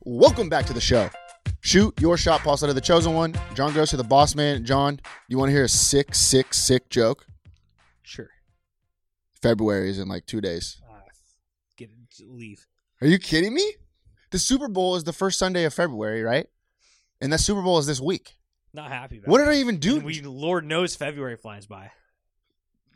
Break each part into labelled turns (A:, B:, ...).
A: Welcome back to the show. Shoot Your Shot, Paul Slater, the chosen one. John goes to the boss man. John, you want to hear a sick, sick, sick joke?
B: Sure.
A: February is in like two days.
C: Ah,
B: Uh, get leave.
A: Are you kidding me? The Super Bowl is the first Sunday of February, right? And that Super Bowl is this week.
B: Not happy about
A: What
B: it.
A: did I even do?
B: And we Lord knows February flies by.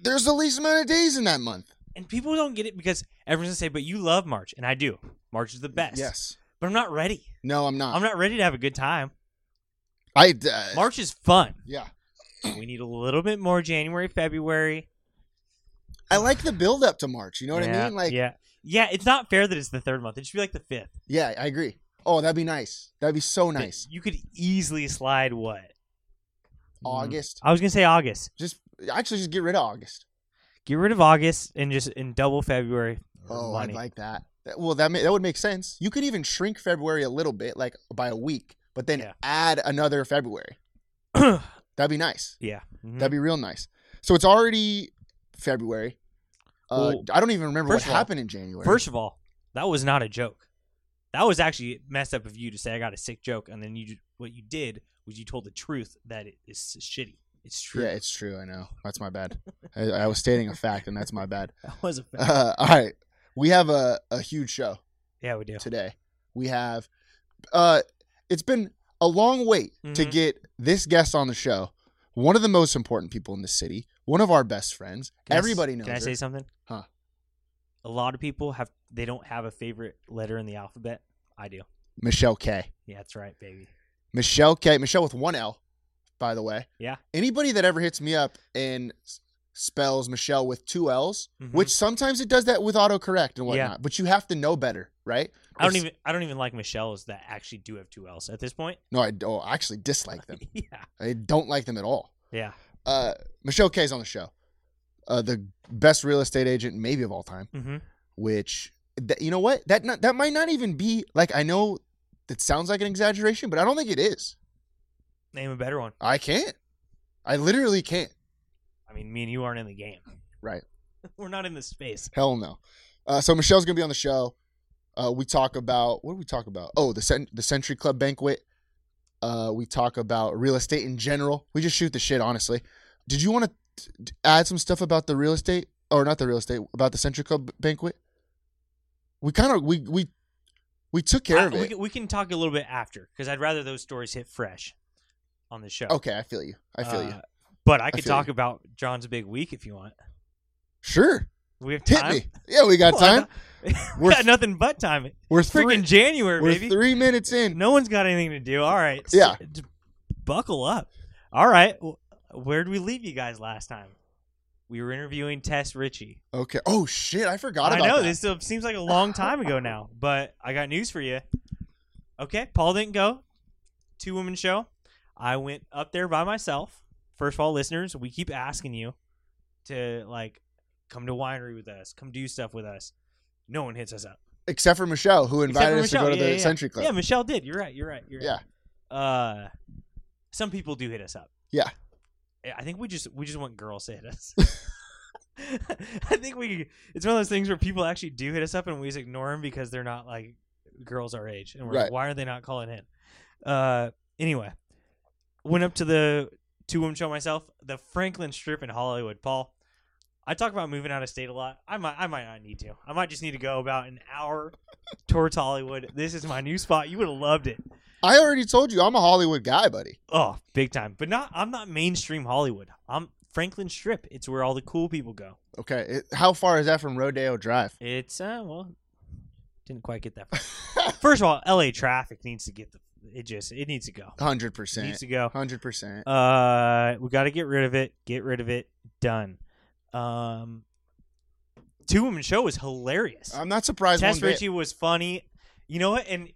A: There's the least amount of days in that month.
B: And people don't get it because everyone's gonna say, But you love March and I do. March is the best.
A: Yes.
B: But I'm not ready.
A: No, I'm not.
B: I'm not ready to have a good time.
A: I uh,
B: March is fun.
A: Yeah.
B: we need a little bit more January, February.
A: I like the build up to March. You know what I
B: yeah,
A: mean? Like, yeah.
B: Yeah. Yeah, it's not fair that it's the third month. It should be like the fifth.
A: I agree. Oh, that'd be nice. That'd be so
B: That
A: nice.
B: You could easily slide what? Mm,
A: August.
B: I was gonna say August.
A: Just actually, just get rid of August.
B: Get rid of August and just and double February. for
A: Oh,
B: money.
A: I'd like that. That- Well, that ma- that would make sense. You could even shrink February a little bit, like by a week, but then
B: Yeah.
A: add another February. that'd be nice.
B: yeah. Mhm.
A: That'd be real nice. So it's already February. Uh,
B: Well,
A: I don't even remember what
B: first of all-
A: happened in January.
B: First of all, that was not a joke. That was actually messed up of you to say I got a sick joke, and then you ju- what you did was you told the truth that it is shitty. It's true.
A: yeah, it's true. I know. That's my bad. I, I was stating a fact, and that's my bad.
B: that was a fact.
A: Uh, all right, we have a, a huge show.
B: yeah, we do.
A: today. We have uh it's been a long wait to
B: Mhm.
A: get this guest on the show. One of the most important people in the city, one of our best friends.
B: Can I s-
A: Everybody knows
B: Can I
A: her.
B: say something?
A: Huh.
B: A lot of people have they don't have a favorite letter in the alphabet. I do.
A: Michelle K.
B: Yeah, that's right, baby.
A: Michelle K. Michelle with one L, by the way.
B: Yeah.
A: Anybody that ever hits me up and s- spells Michelle with two L's,
B: Mhm.
A: which sometimes it does that with autocorrect and
B: Yeah.
A: whatnot, but you have to know better, right?
B: I don't
A: It's-
B: even I don't even like Michelle's that actually do have two L's at this point.
A: No, I, don't, I actually dislike them.
B: yeah.
A: I don't like them at all.
B: Yeah.
A: uh, Michelle Kay's on the show, uh, the best real estate agent maybe of all time.
B: Mm-hmm.
A: Which that, you know what that not, that might not even be like I know that sounds like an exaggeration, but I don't think it is.
B: Name a better one.
A: I can't. I literally can't.
B: I mean, me and you aren't in the game.
A: Right.
B: We're not in the space.
A: Hell no. Uh, so Michelle's gonna be on the show. Uh, we talk about what do we talk about? Oh, the cent- the Century Club banquet. Uh, we talk about real estate in general. We just shoot the shit, honestly. Did you want to add some stuff about the real estate, or not the real estate, about the Century Club banquet? We kind of we we we took care
B: I-
A: of
B: we,
A: it.
B: can- we can talk a little bit after because I'd rather those stories hit fresh on the show.
A: Okay, I feel you. I feel you.
B: Uh, But I could
A: feel
B: talk
A: you.
B: about John's big week if you want.
A: Sure,
B: We have
A: hit
B: time.
A: me. Yeah, we got
B: Well, I
A: time.
B: thought-
A: We're
B: got nothing but time.
A: We're
B: It's freaking
A: three,
B: January,
A: we're
B: baby.
A: three minutes in.
B: No one's got anything to do. All right. S-
A: Yeah.
B: d- buckle up. All right. Well, where'd we leave you guys last time? We were interviewing Tess Ritchie.
A: Okay. Oh shit, I forgot
B: I
A: about
B: know
A: that.
B: this still seems like a long time ago now, but I got news for you. Okay, Paul didn't go. Two women show. I went up there by myself. First of all, listeners, we keep asking you to like come to winery with us, come do stuff with us. No one hits us up.
A: except for Michelle, who
B: Except
A: invited
B: for
A: us to
B: Michelle.
A: go to
B: yeah,
A: the
B: yeah, yeah.
A: Century Club.
B: Yeah, Michelle did. You're right. You're right. You're
A: Yeah.
B: right. Uh some people do hit us up.
A: Yeah.
B: I think we just we just want girls to hit us. I think we it's one of those things where people actually do hit us up and we just ignore them because they're not like girls our age and we're
A: Right.
B: like why are they not calling in? Uh anyway, went up to the two women show myself, the Franklin Strip in Hollywood, Paul. I talk about moving out of state a lot. I might, I might not need to. I might just need to go about an hour towards Hollywood. This is my new spot. You would have loved it.
A: I already told you I'm a Hollywood guy, buddy.
B: Oh, big time. But not. I'm not mainstream Hollywood. I'm Franklin Strip. It's where all the cool people go.
A: Okay, it- how far is that from Rodeo Drive?
B: It's uh, well, didn't quite get that. Far. First of all, L.A. traffic needs to get the. It just it needs to go.
A: Hundred
B: It needs
A: percent.
B: to go.
A: Hundred percent.
B: Uh, we got to get rid of it. Get rid of it. Done. Um, two woman show was hilarious.
A: I'm not surprised.
B: Tess
A: one bit.
B: Ritchie was funny. You know what? And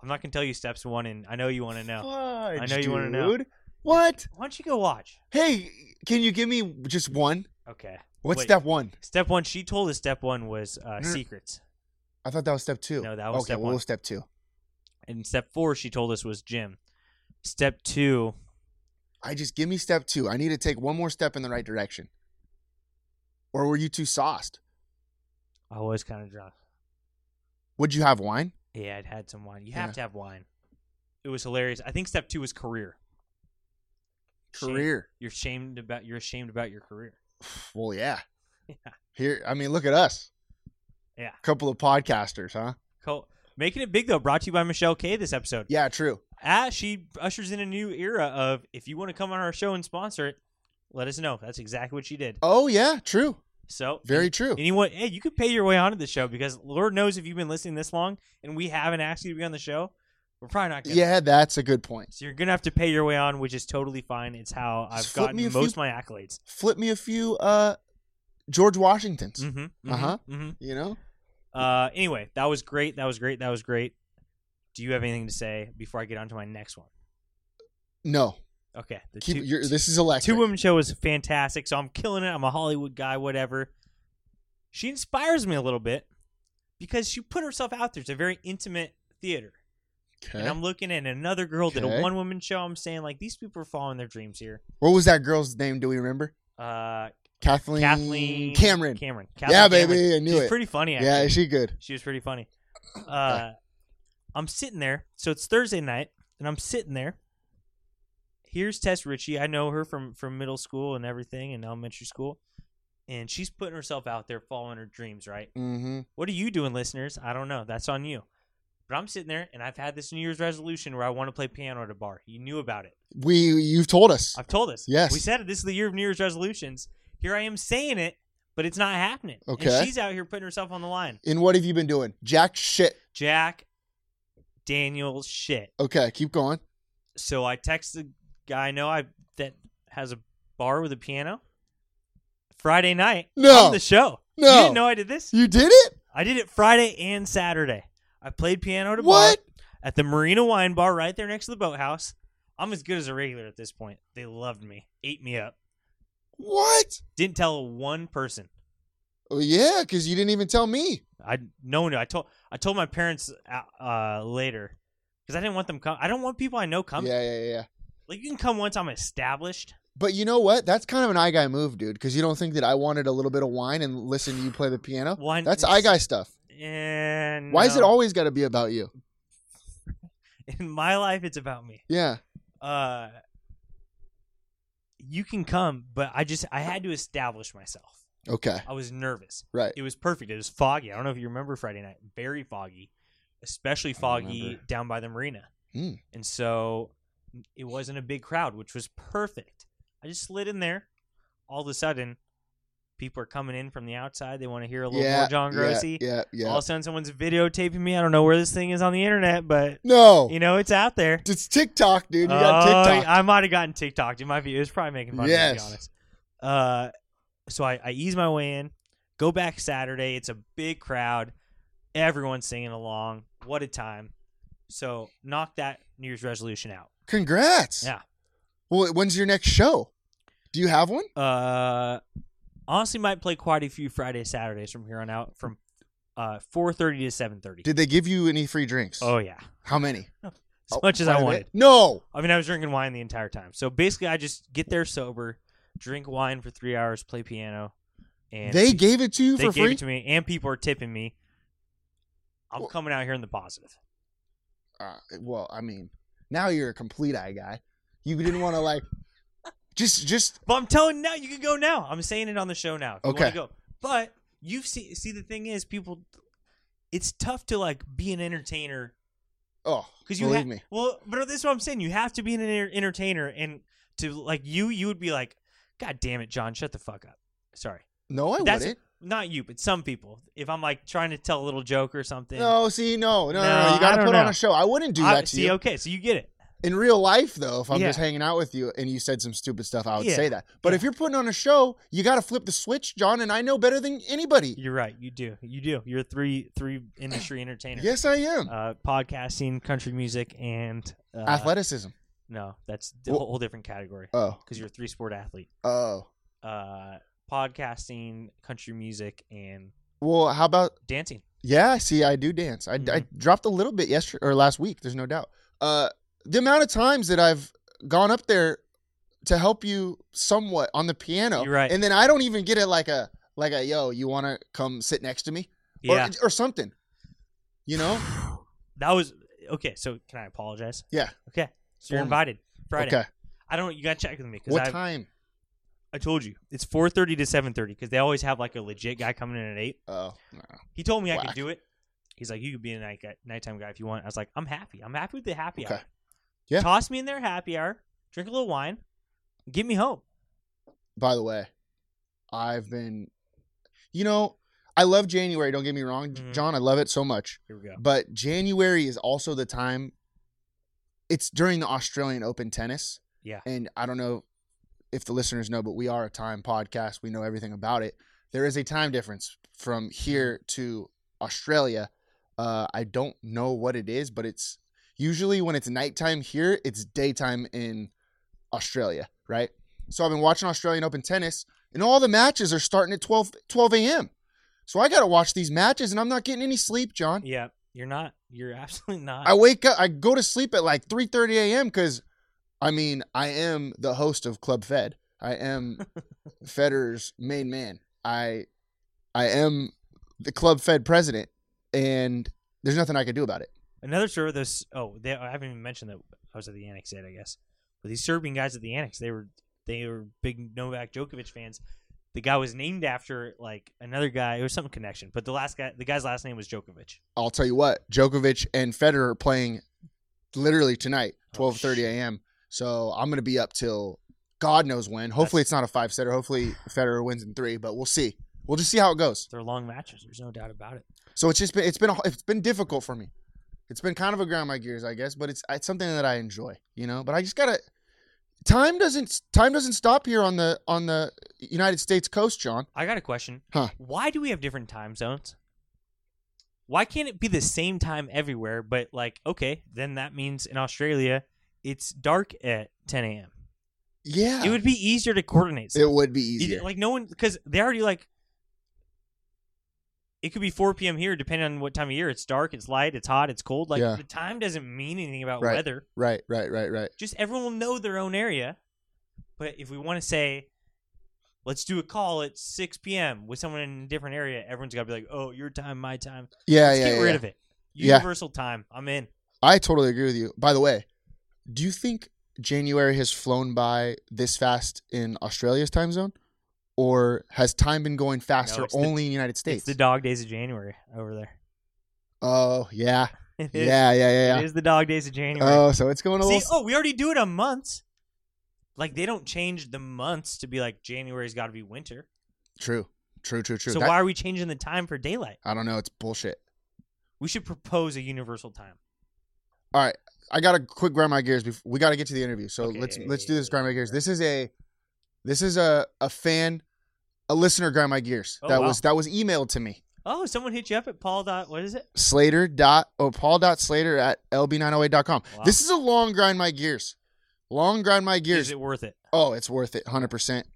B: I'm not gonna tell you steps one. And I know you want to know.
A: Fudge,
B: I know you wanna
A: dude.
B: know.
A: What?
B: Why don't you go watch?
A: Hey, can you give me just one?
B: Okay.
A: What's
B: Wait.
A: step one?
B: Step one. She told us step one was
A: Mm.
B: uh, secrets,
A: I thought that was step two.
B: No, that was
A: okay,
B: step
A: well,
B: one.
A: step two.
B: and step four she told us was Jim. Step two.
A: I just give me step two. I need to take one more step in the right direction. Or were you too sauced?
B: I was kind of drunk.
A: Would you have wine?
B: Yeah, I'd had some wine. You have
A: Yeah.
B: to have wine. It was hilarious. I think step two was career. Shame-
A: Career.
B: You're shamed about. You're ashamed about your career.
A: Well, yeah.
B: Yeah.
A: Here, I mean, look at us.
B: Yeah.
A: Couple of podcasters, huh?
B: Cool. Making it big though. Brought to you by Michelle K. This episode.
A: Yeah, true.
B: Ah, she ushers in a new era of if you want to come on our show and sponsor it, let us know. That's exactly what she did.
A: Oh, yeah, true.
B: So
A: Very
B: any-
A: true.
B: Anyone, hey, you could pay your way onto the show because Lord knows if you've been listening this long and we haven't asked you to be on the show, we're probably not gonna.
A: Yeah, that's a good point.
B: So you're gonna have to pay your way on, which is totally fine. It's how I've
A: Just flip
B: gotten
A: me a
B: most
A: few-
B: of my accolades.
A: Flip me a few uh George Washingtons,
B: Mm-hmm,
A: Uh-huh.
B: hmm
A: you know?
B: Uh, anyway, that was great. That was great. That was great. Do you have anything to say before I get on to my next one?
A: No.
B: Okay. The
A: Keep
B: two-
A: your this is electric.
B: Two Women Show is fantastic, so I'm killing it. I'm a Hollywood guy, whatever. She inspires me a little bit because she put herself out there. It's a very intimate theater. And
A: Okay.
B: I'm looking at another girl did a
A: Okay.
B: one woman show. I'm saying, like, these people are following their dreams here.
A: What was that girl's name? Do we remember?
B: Uh,
A: Kathleen
B: Kathleen
A: Cameron.
B: Cameron.
A: Yeah,
B: Kathleen
A: baby,
B: Cameron.
A: I knew
B: She's
A: it.
B: pretty funny, actually.
A: yeah, is she good?
B: She was pretty funny. Uh, I'm sitting there. So it's Thursday night, and I'm sitting there. Here's Tess Ritchie. I know her from from middle school and everything, and elementary school. And she's putting herself out there, following her dreams. Right?
A: Mm-hmm.
B: What are you doing, listeners? I don't know. That's on you. But I'm sitting there, and I've had this New Year's resolution where I want to play piano at a bar. You knew about it.
A: We you've told us.
B: I've told us.
A: Yes.
B: We said it. This is the year of New Year's resolutions. Here I am saying it, but it's not happening. And
A: Okay.
B: she's out here putting herself on the line.
A: And what have you been doing? Jack shit.
B: Jack Daniel's shit.
A: Okay, keep going.
B: So I text the guy I know I that has a bar with a piano. Friday night
A: No.
B: on the show.
A: No.
B: you didn't know I did this.
A: You did it?
B: I did it Friday and Saturday. I played piano at a
A: What?
B: bar at the Marina Wine Bar right there next to the boathouse. I'm as good as a regular at this point. They loved me, ate me up.
A: What?
B: Didn't tell one person.
A: Oh yeah, because you didn't even tell me.
B: I no one. I told I told my parents uh, uh, later because I didn't want them come. I don't want people I know coming.
A: yeah, yeah, yeah.
B: Like you can come once I'm established.
A: But you know what? That's kind of an eye guy move, dude. Because you don't think that I wanted a little bit of wine and listen to you play the piano.
B: Wine-
A: That's eye guy stuff.
B: And
A: Why is it
B: no.
A: always got to be about you?
B: in my life? It's about me.
A: Yeah.
B: Uh, you can come, but I just I had to establish myself.
A: Okay.
B: I was nervous.
A: Right.
B: It was perfect. It was foggy. I don't know if you remember Friday night. Very foggy, especially foggy
A: remember.
B: down by the marina.
A: Hmm.
B: And so it wasn't a big crowd, which was perfect. I just slid in there. All of a sudden, people are coming in from the outside. They want to hear a little
A: yeah.
B: more John Grossi.
A: Yeah. Yeah. yeah.
B: All of a sudden, someone's videotaping me. I don't know where this thing is on the internet, but
A: no.
B: you know it's out there.
A: it's TikTok, Oh. dude. You got
B: Oh,
A: TikTok.
B: I might have gotten TikTok. It might be. It was probably making fun of me. To
A: Yes.
B: be honest. Uh, so I, I ease my way in. Go back Saturday. It's a big crowd. Everyone's singing along. What a time! So knock that New Year's resolution out.
A: Congrats.
B: Yeah.
A: Well, when's your next show? Do you have one?
B: Uh, honestly, might play quite a few Friday Saturdays from here on out, from uh four thirty to seven thirty.
A: Did they give you any free drinks?
B: Oh yeah,
A: How many?
B: as much as
A: Oh, quite
B: I
A: a bit?
B: wanted.
A: No.
B: I mean, I was drinking wine the entire time. So basically, I just get there sober, drink wine for three hours, play piano, and
A: They gave it to you
B: they
A: for
B: gave
A: free.
B: it to me, and people are tipping me. I'm
A: Well-
B: coming out here in the positive.
A: uh, well, I mean, now you're a complete eye guy. You didn't want to like Just, just
B: But I'm telling now, you can go now. I'm saying it on the show now. if you wanna
A: Okay.
B: go. But you've see see the thing is people, it's tough to like be an entertainer
A: oh,
B: because you
A: believe
B: ha-
A: me.
B: Well, but this is what I'm saying. You have to be an enter- entertainer, and to like you, you would be like, God damn it, John, shut the fuck up. Sorry,
A: No, I
B: that's
A: wouldn't.
B: not you, but some people. If I'm like trying to tell a little joke or something,
A: No, see, no, no, no,
B: No,
A: no.
B: I
A: You gotta
B: don't
A: put on
B: know.
A: a show. I wouldn't do
B: I-
A: that to
B: see,
A: you.
B: okay, so you get it.
A: In real life, though, if I'm
B: Yeah.
A: just hanging out with you and you said some stupid stuff, I would
B: Yeah.
A: say that. But if you're putting on a show, you gotta flip the switch, John. And I know better than anybody.
B: You're right. You do. You do. You're a three three industry entertainer.
A: Yes, I am.
B: Uh, podcasting, country music, and uh,
A: Athleticism.
B: No, that's a
A: Well-
B: whole different category
A: Oh,
B: because you're a three sport athlete.
A: oh.
B: Uh, podcasting, country music, and
A: Well, how about
B: dancing.
A: Yeah, see, I do dance. I, I
B: Mhm.
A: dropped a little bit yesterday or last week. There's no doubt. Uh, the amount of times that I've gone up there to help you somewhat on the piano,
B: You're right.
A: And then I don't even get it like a like a yo, you want to come sit next to me,
B: Yeah,
A: or, or something. You know?
B: that was okay. So can I apologize?
A: Yeah.
B: Okay, so you're
A: Formal.
B: invited Friday.
A: Okay.
B: I don't. You got to check with me because
A: What
B: I
A: time?
B: I told you it's four thirty to seven thirty because they always have like a legit guy coming in at eight.
A: Oh, no.
B: He told me I could
A: Whack.
B: do it. He's like, you could be a night guy, nighttime guy if you want. I was like, I'm happy. I'm happy with the happy
A: Okay.
B: hour.
A: Yeah.
B: Toss me in there, happy hour. Drink a little wine. Get me home.
A: by the way, I've been, you know, I love January. Don't get me wrong,
B: Mhm.
A: John. I love it so much.
B: Here we go.
A: But January is also the time. It's during the Australian Open tennis.
B: Yeah.
A: And I don't know if the listeners know, but we are a time podcast. We know everything about it. There is a time difference from here to Australia. Uh, I don't know what it is, but it's usually when it's nighttime here, it's daytime in Australia, right? So I've been watching Australian Open tennis, and all the matches are starting at 12, 12 a.m. So I got to watch these matches, and I'm not getting any sleep, John.
B: Yeah, you're not. You're absolutely not.
A: I wake up, I go to sleep at like 3:30 a.m. because, I mean, I am the host of Club Fed. I am Federer's main man. I, I am the Club Fed president, and there's nothing I can do about it.
B: Another server. This. Oh, they, I haven't even mentioned that I was at the annex yet. I guess. But these Serbian guys at the annex, they were they were big Novak Djokovic fans. The guy was named after like another guy. It was some connection, but the last guy, the guy's last name was Djokovic.
A: I'll tell you what, Djokovic and Federer are playing literally tonight,
B: Oh,
A: 12:30
B: shit.
A: a.m. So I'm gonna be up till God knows when. Hopefully, it's not a five setter. Hopefully, Federer wins in three, but we'll see. We'll just see how it goes.
B: They're long matches. There's no doubt about it.
A: So it's just been it's been it's been difficult for me. It's been kind of a grind my gears, I guess, but it's it's something that I enjoy, you know. But I just gotta time doesn't time doesn't stop here on the on the United States coast, John.
B: I got a question.
A: Huh.
B: Why do we have different time zones? Why can't it be the same time everywhere? But like, okay, then that means in Australia, it's dark at 10 a.m.
A: Yeah,
B: It would be easier to coordinate.
A: it would be
B: You-
A: easier.
B: Like no one, because they already like. It could be 4 p.m. here, depending on what time of year. It's dark, it's light, it's hot, it's cold. Like
A: Yeah.
B: the time doesn't mean anything about
A: Right.
B: weather.
A: right, right, right, right.
B: Just everyone will know their own area. But if we want to say, let's do a call at 6 p.m. with someone in a different area, everyone's got to be like, oh, your time, my time.
A: Yeah,
B: Let's
A: yeah,
B: get
A: yeah,
B: rid
A: yeah.
B: of it.
A: Yeah.
B: Universal time. I'm in.
A: I totally agree with you. By the way, do you think January has flown by this fast in Australia's time zone, or has time been going faster
B: it's the-
A: only in the United
B: It's
A: States?
B: the dog days of January over there.
A: oh yeah,
B: It is-
A: yeah, yeah,
B: It
A: yeah, yeah.
B: is the dog days of January.
A: Oh, so it's going a little
B: See, oh, we already do it on months. Like they don't change the months to be like January's got to be winter.
A: True. True, true, true.
B: so
A: That-
B: why are we changing the time for daylight?
A: I don't know, it's bullshit.
B: We should propose a universal time.
A: All right. I got to quick grind my gears before we got to get to the interview. So
B: Okay,
A: let's
B: yeah,
A: let's
B: yeah,
A: do
B: yeah,
A: this
B: yeah.
A: grind my gears. This is a this is a a fan a listener grind my gears.
B: Oh,
A: that
B: wow.
A: was that was emailed to me.
B: Oh, someone hit you up at Paul. Dot, what is it?
A: Slater dot oh Paul dot Slater at lb908.com.
B: Wow.
A: This is a long grind my gears. Long grind my gears.
B: Is it worth it?
A: Oh, it's worth it, hundred percent.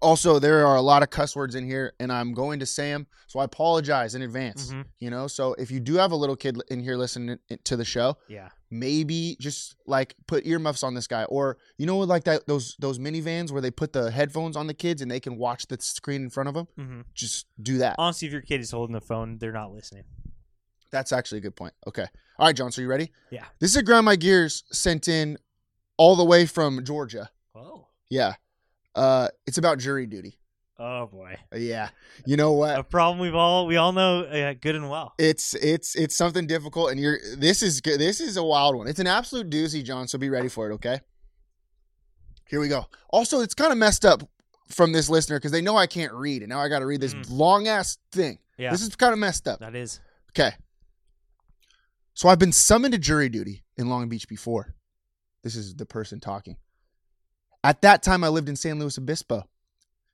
A: Also, there are a lot of cuss words in here, and I'm going to say 'em, so I apologize in advance.
B: Mhm.
A: You know, so if you do have a little kid in here listening to the show,
B: Yeah.
A: maybe just like put earmuffs on this guy, or you know, like that those those minivans where they put the headphones on the kids and they can watch the screen in front of them.
B: hmm
A: Just do that.
B: Honestly, if your kid is holding the phone, they're not listening.
A: That's actually a good point. Okay, all right, John. So you ready?
B: Yeah.
A: This is a Grind My Gears sent in all the way from Georgia.
B: Oh.
A: Yeah. Uh, it's about jury duty.
B: Oh boy,
A: Yeah. You know what?
B: a problem we've all we all know uh, good and well.
A: It's it's it's something difficult, and you're this is good. This is a wild one. It's an absolute doozy, John. So be ready for it. Okay. Here we go. Also, it's kind of messed up from this listener because they know I can't read, and now I got to read this
B: Mm.
A: long ass thing.
B: Yeah,
A: This is kind of messed up.
B: that is.
A: Okay. So I've been summoned to jury duty in Long Beach before. This is the person talking. At that time, I lived in San Luis Obispo,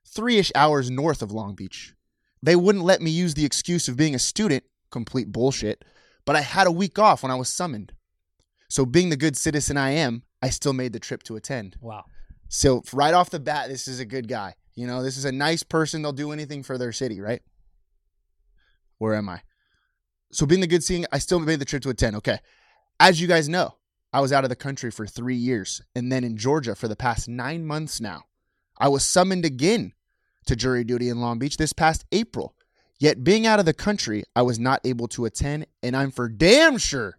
A: three ish hours north of Long Beach. They wouldn't let me use the excuse of being a student, complete bullshit, but I had a week off when I was summoned. So, being the good citizen I am, I still made the trip to attend.
B: Wow.
A: So right off the bat, this is a good guy. You know, this is a nice person. They'll do anything for their city, right? Where am I? So being the good seeing, I still made the trip to attend. Okay. As you guys know, I was out of the country for three years and then in Georgia for the past nine months now. I was summoned again to jury duty in Long Beach this past April. Yet being out of the country, I was not able to attend, and I'm for damn sure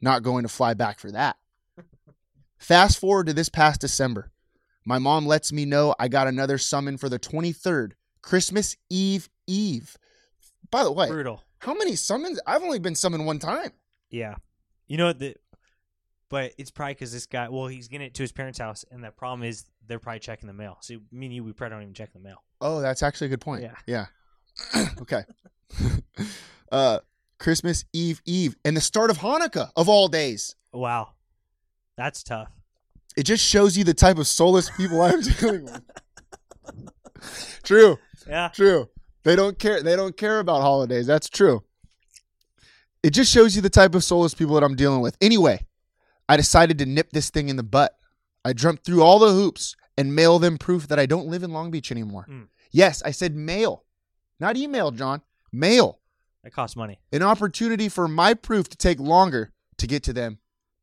A: not going to fly back for that. Fast forward to this past December. My mom lets me know I got another summon for the 23rd, Christmas Eve Eve. By the way,
B: Brutal.
A: how many summons? I've only been summoned one time.
B: Yeah. You know what the but it's probably because this guy well he's getting it to his parents' house and the problem is they're probably checking the mail. So me and you we probably don't even check the mail.
A: Oh, that's actually a good point.
B: Yeah.
A: Yeah. okay. uh Christmas Eve Eve and the start of Hanukkah of all days.
B: Wow. That's tough.
A: It just shows you the type of soulless people I'm dealing with. True.
B: Yeah.
A: True. They don't care. They don't care about holidays. That's true. It just shows you the type of soulless people that I'm dealing with. Anyway, I decided to nip this thing in the butt. I jumped through all the hoops and mail them proof that I don't live in Long Beach anymore.
B: Mm.
A: Yes, I said mail, not email, John. Mail.
B: That costs money.
A: An opportunity for my proof to take longer to get to them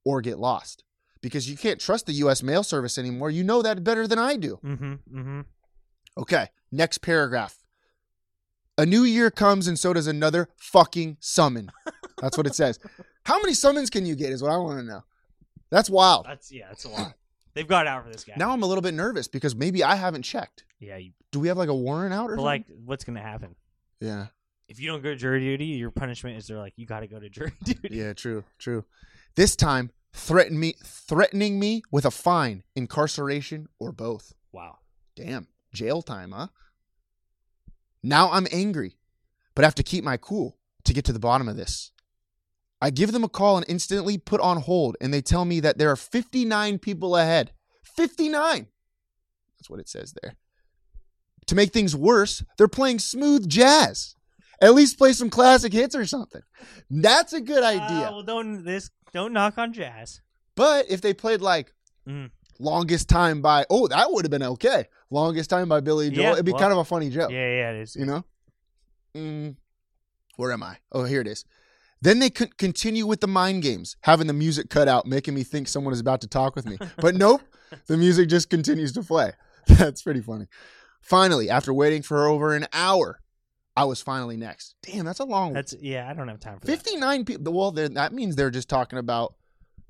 A: or get lost. Because you can't trust the US mail service anymore. You know that better than I do.
B: Mm-hmm. Mm-hmm.
A: Okay, next paragraph. A new year comes and so does another fucking summon. That's what it says. How many summons can you get is what I want to know. That's wild.
B: That's yeah, that's a lot. They've got it out for this guy.
A: Now I'm a little bit nervous because maybe I haven't checked.
B: Yeah, you,
A: Do we have like a warrant out or
B: but
A: something?
B: like what's gonna happen?
A: Yeah.
B: If you don't go to jury duty, your punishment is they're like, You gotta go to jury duty.
A: Yeah, true, true. This time threaten me threatening me with a fine, incarceration, or both.
B: Wow.
A: Damn, jail time, huh? Now I'm angry, but have to keep my cool to get to the bottom of this. I give them a call and instantly put on hold, and they tell me that there are 59 people ahead. 59! That's what it says there. To make things worse, they're playing smooth jazz. At least play some classic hits or something. That's a good idea.
B: Uh, well don't this don't knock on jazz.
A: But if they played like
B: Mm.
A: longest time by oh, that would have been okay. Longest time by Billy Joel,
B: Yeah,
A: it'd be
B: well-
A: kind of a funny joke.
B: Yeah, yeah, it is.
A: You know? Mm. Where am I? Oh, here it is. Then they could continue with the mind games, having the music cut out, making me think someone is about to talk with me. But nope, the music just continues to play. That's pretty funny. Finally, after waiting for over an hour, I was finally next. Damn, that's a long one.
B: That's yeah, I don't have time for that.
A: 59 people. Well, they're- that means they're just talking about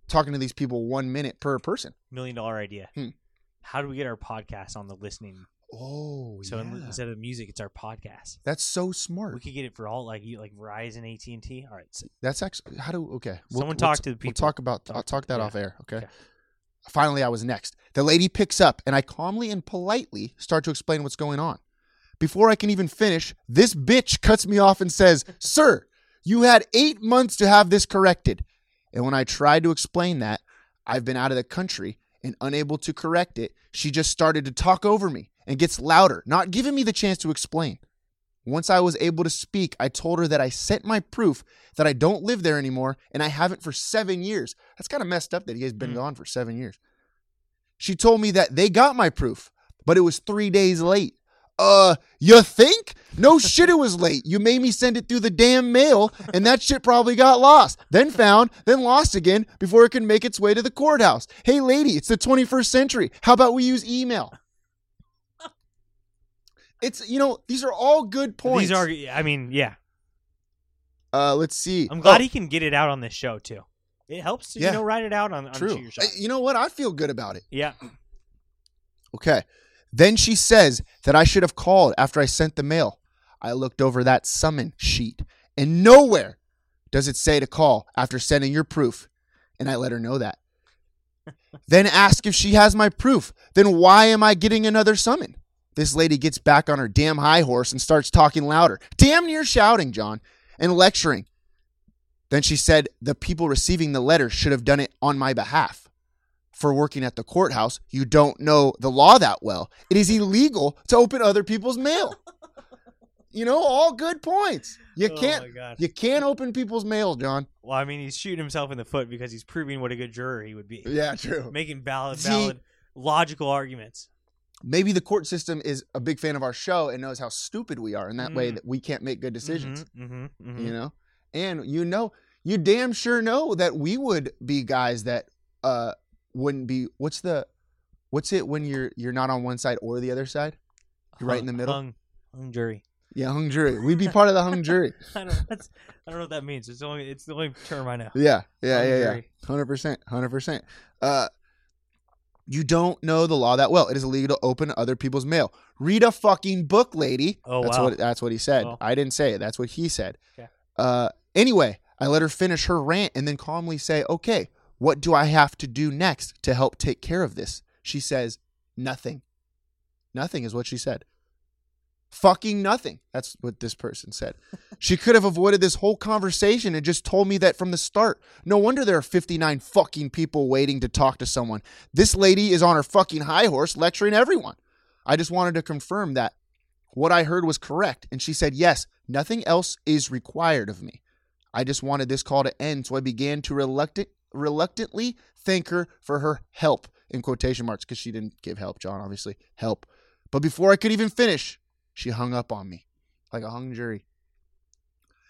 A: talking to these people one minute per person.
B: million dollar idea.
A: Hmm.
B: How do we get our podcast on the listening?
A: Oh,
B: So in-
A: yeah.
B: instead of music, it's our podcast.
A: that's so
B: We
A: smart.
B: could get it for all like you like Verizon, AT and T. All right, so,
A: That's actually how do okay.
B: Someone talk to the
A: We'll
B: people.
A: talk about
B: Talk
A: I'll
B: to-
A: talk that
B: yeah.
A: off air. Okay?
B: Okay.
A: Finally, I was next. The lady picks up, and I calmly and politely start to explain what's going on. Before I can even finish, this bitch cuts me off and says, "Sir, you had eight months to have this corrected." And when I tried to explain that, I've been out of the country and unable to correct it, she just started to talk over me and gets louder, not giving me the chance to explain. Once I was able to speak, I told her that I sent my proof that I don't live there anymore and I haven't for seven years. That's kind of messed up that he has been
B: Mm.
A: gone for seven years. She told me that they got my proof, but it was three days late. Uh, you think? No shit, it was late. You made me send it through the damn mail, and that shit probably got lost, then found, then lost again before it could make its way to the courthouse. Hey, lady, it's the 21st century. How about we use email? It's, you know, these are all good points.
B: these are. I mean, yeah.
A: Uh, let's see.
B: I'm glad
A: Oh,
B: he can get it out on this show too. It helps to
A: Yeah.
B: you know write it out on, on
A: true.
B: Shoot Your Shot.
A: Uh, You know what? I feel good about it.
B: yeah,
A: Okay. Then she says that I should have called after I sent the mail. I looked over that summon sheet, and nowhere does it say to call after sending your proof. And I let her know that. then ask if she has my proof. Then why am I getting another summon? This lady gets back on her damn high horse and starts talking louder, damn near shouting, John, and lecturing. Then she said the people receiving the letter should have done it on my behalf for working at the courthouse, you don't know the law that well. It is illegal to open other people's mail. you know, all good points. You
B: Oh
A: can't
B: my God.
A: you can't open people's mail, John.
B: Well, I mean, he's shooting himself in the foot because he's proving what a good juror he would be.
A: Yeah, true.
B: Making valid,
A: See-
B: valid, logical arguments.
A: Maybe the court system is a big fan of our show and knows how stupid we are, and that way
B: Mm.
A: that we can't make good decisions.
B: hmm
A: You know? And you know, you damn sure know that we would be guys that uh wouldn't be what's the what's it when you're you're not on one side or the other side? You're right in the middle.
B: Hung, hung jury.
A: Yeah, hung jury. We'd be part of the hung jury.
B: I don't, that's, I don't know what that means. It's the only, it's the only term I know.
A: Yeah, yeah,
B: Hung
A: yeah, yeah.
B: jury.
A: Hundred percent, hundred percent. Uh, you don't know the law that well. It is illegal to open other people's mail. Read a fucking book, lady.
B: Oh,
A: that's
B: wow.
A: what that's what he said.
B: Well.
A: I didn't say it. That's what he said.
B: Okay.
A: Uh, anyway, I let her finish her rant and then calmly say, "Okay, what do I have to do next to help take care of this?" She says, "Nothing. Nothing is what she said." Fucking nothing. That's what this person said. She could have avoided this whole conversation and just told me that from the start. No wonder there are 59 fucking people waiting to talk to someone. This lady is on her fucking high horse lecturing everyone. I just wanted to confirm that what I heard was correct. And she said, yes, nothing else is required of me. I just wanted this call to end. So I began to reluctant, reluctantly thank her for her help in quotation marks because she didn't give help, John, obviously. Help. But before I could even finish, she hung up on me like a hung jury.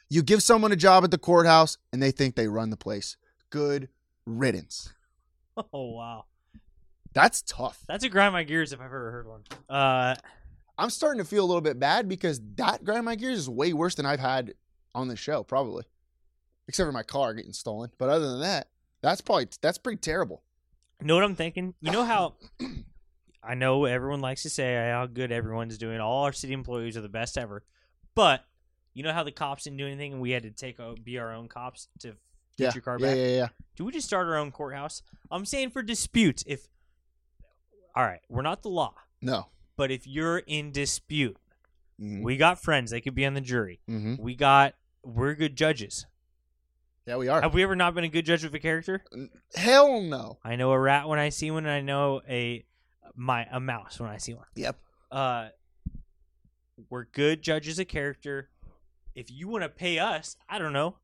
A: You give someone a job at the courthouse and they think they run the place. Good riddance.
B: Oh, wow.
A: That's tough.
B: That's a grind my gears if I've ever heard one. Uh,
A: I'm starting to feel a little bit bad because that grind my gears is way worse than I've had on the show, probably. Except for my car getting stolen. But other than that, that's probably that's pretty terrible.
B: know what I'm thinking? You know how I know everyone likes to say how good everyone's doing. All our city employees are the best ever, but you know how the cops didn't do anything, and we had to take a, be our own cops to get
A: Yeah.
B: your car
A: yeah,
B: back.
A: yeah, yeah.
B: Do we just start our own courthouse? I'm saying for disputes. If all right, we're not the law,
A: No.
B: but if you're in dispute,
A: Mhm.
B: we got friends. They could be on the jury.
A: Mhm.
B: We got we're good judges.
A: Yeah, we are.
B: Have we ever not been a good judge of a character?
A: Hell no.
B: I know a rat when I see one, and I know a my a mouse when I see one.
A: Yep.
B: Uh, we're good judges of character. If you want to pay us, I don't know,